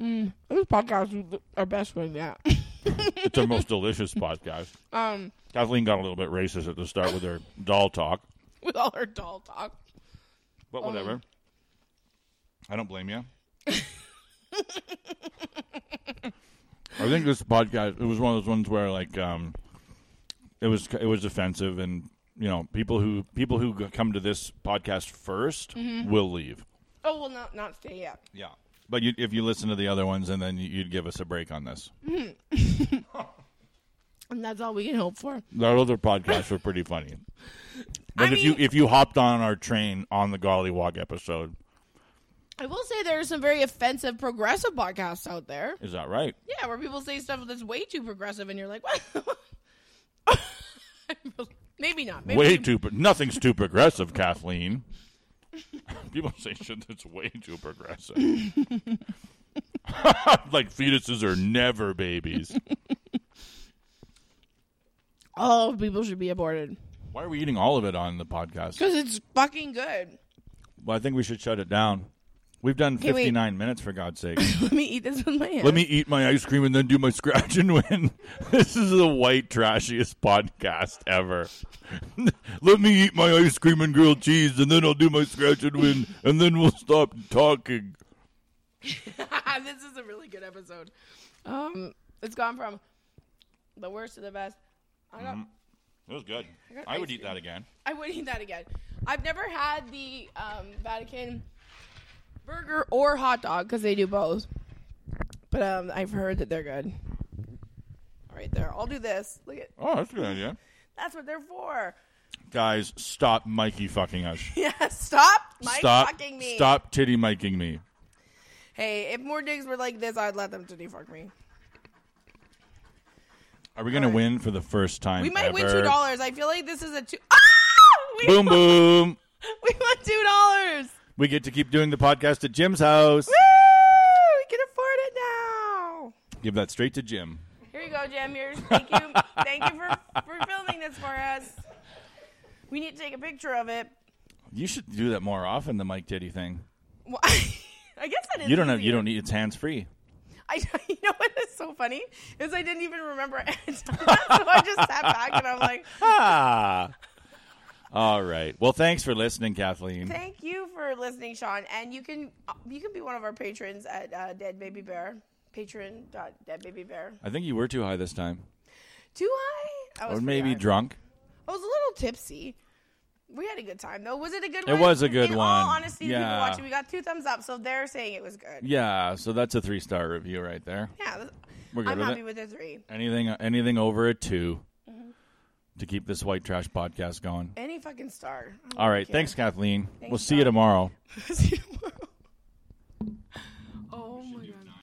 S1: Mm, this podcast is our best one yet.
S2: It's our most delicious podcast.
S1: um,
S2: Kathleen got a little bit racist at the start with her doll talk,
S1: with all our doll talk.
S2: but whatever. I don't blame you. I think this podcast it was one of those ones where like um, it was it was offensive, and you know people who people who g- come to this podcast 1st
S1: Mm-hmm.
S2: will leave.
S1: Oh well, not not stay yet.
S2: Yeah, but you, if you listen to the other ones, and then you- you'd give us a break on this.
S1: And that's all we can hope for.
S2: Those other podcasts were pretty funny. But
S1: I
S2: if you
S1: mean-
S2: if you hopped on our train on the Gollywog episode,
S1: I will say there are some very offensive progressive podcasts out there.
S2: is that right?
S1: Yeah, where people say stuff that's way too progressive, and you're like, what? maybe not. Maybe
S2: way too, pro- nothing's too progressive, Kathleen. People say shit that's way too progressive. like fetuses are never babies.
S1: all people should be aborted
S2: Why are we eating all of it on the podcast?
S1: because it's fucking good.
S2: Well, I think we should shut it down. We've done
S1: Okay, wait.
S2: 59 minutes, for God's sake.
S1: Let me eat this with my hand.
S2: Let me eat my ice cream and then do my scratch and win. This is the white trashiest podcast ever. Let me eat my ice cream and grilled cheese and then I'll do my scratch and win and then we'll stop talking.
S1: this is a really good episode. Um, it's gone from the worst to the best. I,
S2: Mm-hmm.
S1: got,
S2: It was good.
S1: I ice would eat cream.
S2: that again.
S1: I would eat that again. I've never had the um, Vatican burger or hot dog because they do both. But um, I've heard that they're good. All right, there. I'll do this. Look at
S2: Oh, that's a good idea.
S1: that's what they're for.
S2: Guys, stop Mikey fucking us.
S1: Yeah, stop, Mike,
S2: stop
S1: fucking me.
S2: Stop titty miking me.
S1: Hey, if more digs were like this, I'd let them titty fuck me.
S2: Are we gonna win for the first time?
S1: We might win two
S2: ever?
S1: dollars. I feel like this is a two. Ah! We
S2: Boom boom.
S1: We won two dollars.
S2: We get to keep doing the podcast at Jim's house.
S1: Woo! We can afford it now.
S2: Give that straight to Jim.
S1: Here you go, Jim. Here's thank you, thank you for for filming this for us. We need to take a picture of it.
S2: You should do that more often, the Mike Titty thing.
S1: Well, I guess that is.
S2: You don't have you
S1: easier.
S2: don't need it's hands free.
S1: I you know what is so funny is I didn't even remember it. so I just sat back and I'm like,
S2: Ah. All right. Well, thanks for listening, Kathleen.
S1: thank you for listening, Sean. And you can uh, you can be one of our patrons at uh, Dead Baby Bear. Patron dot Dead Baby Bear.
S2: I think you were too high this time.
S1: Too high? I
S2: Or
S1: was
S2: maybe
S1: drunk.
S2: drunk.
S1: I was a little tipsy. We had a good time though. Was it a good
S2: It
S1: one?
S2: was a good
S1: In
S2: one.
S1: all honesty, the people
S2: Yeah.
S1: watching, we got two thumbs up, so they're saying it was good.
S2: Yeah, so that's a three star review right there.
S1: Yeah, th-
S2: We're good
S1: I'm
S2: with
S1: happy
S2: it.
S1: with the three.
S2: Anything anything over a 2 to keep this white trash podcast going.
S1: Any fucking star. I don't
S2: All right.
S1: care.
S2: Thanks, Kathleen. we'll
S1: Thanks,
S2: see you
S1: Doc.
S2: tomorrow.
S1: See you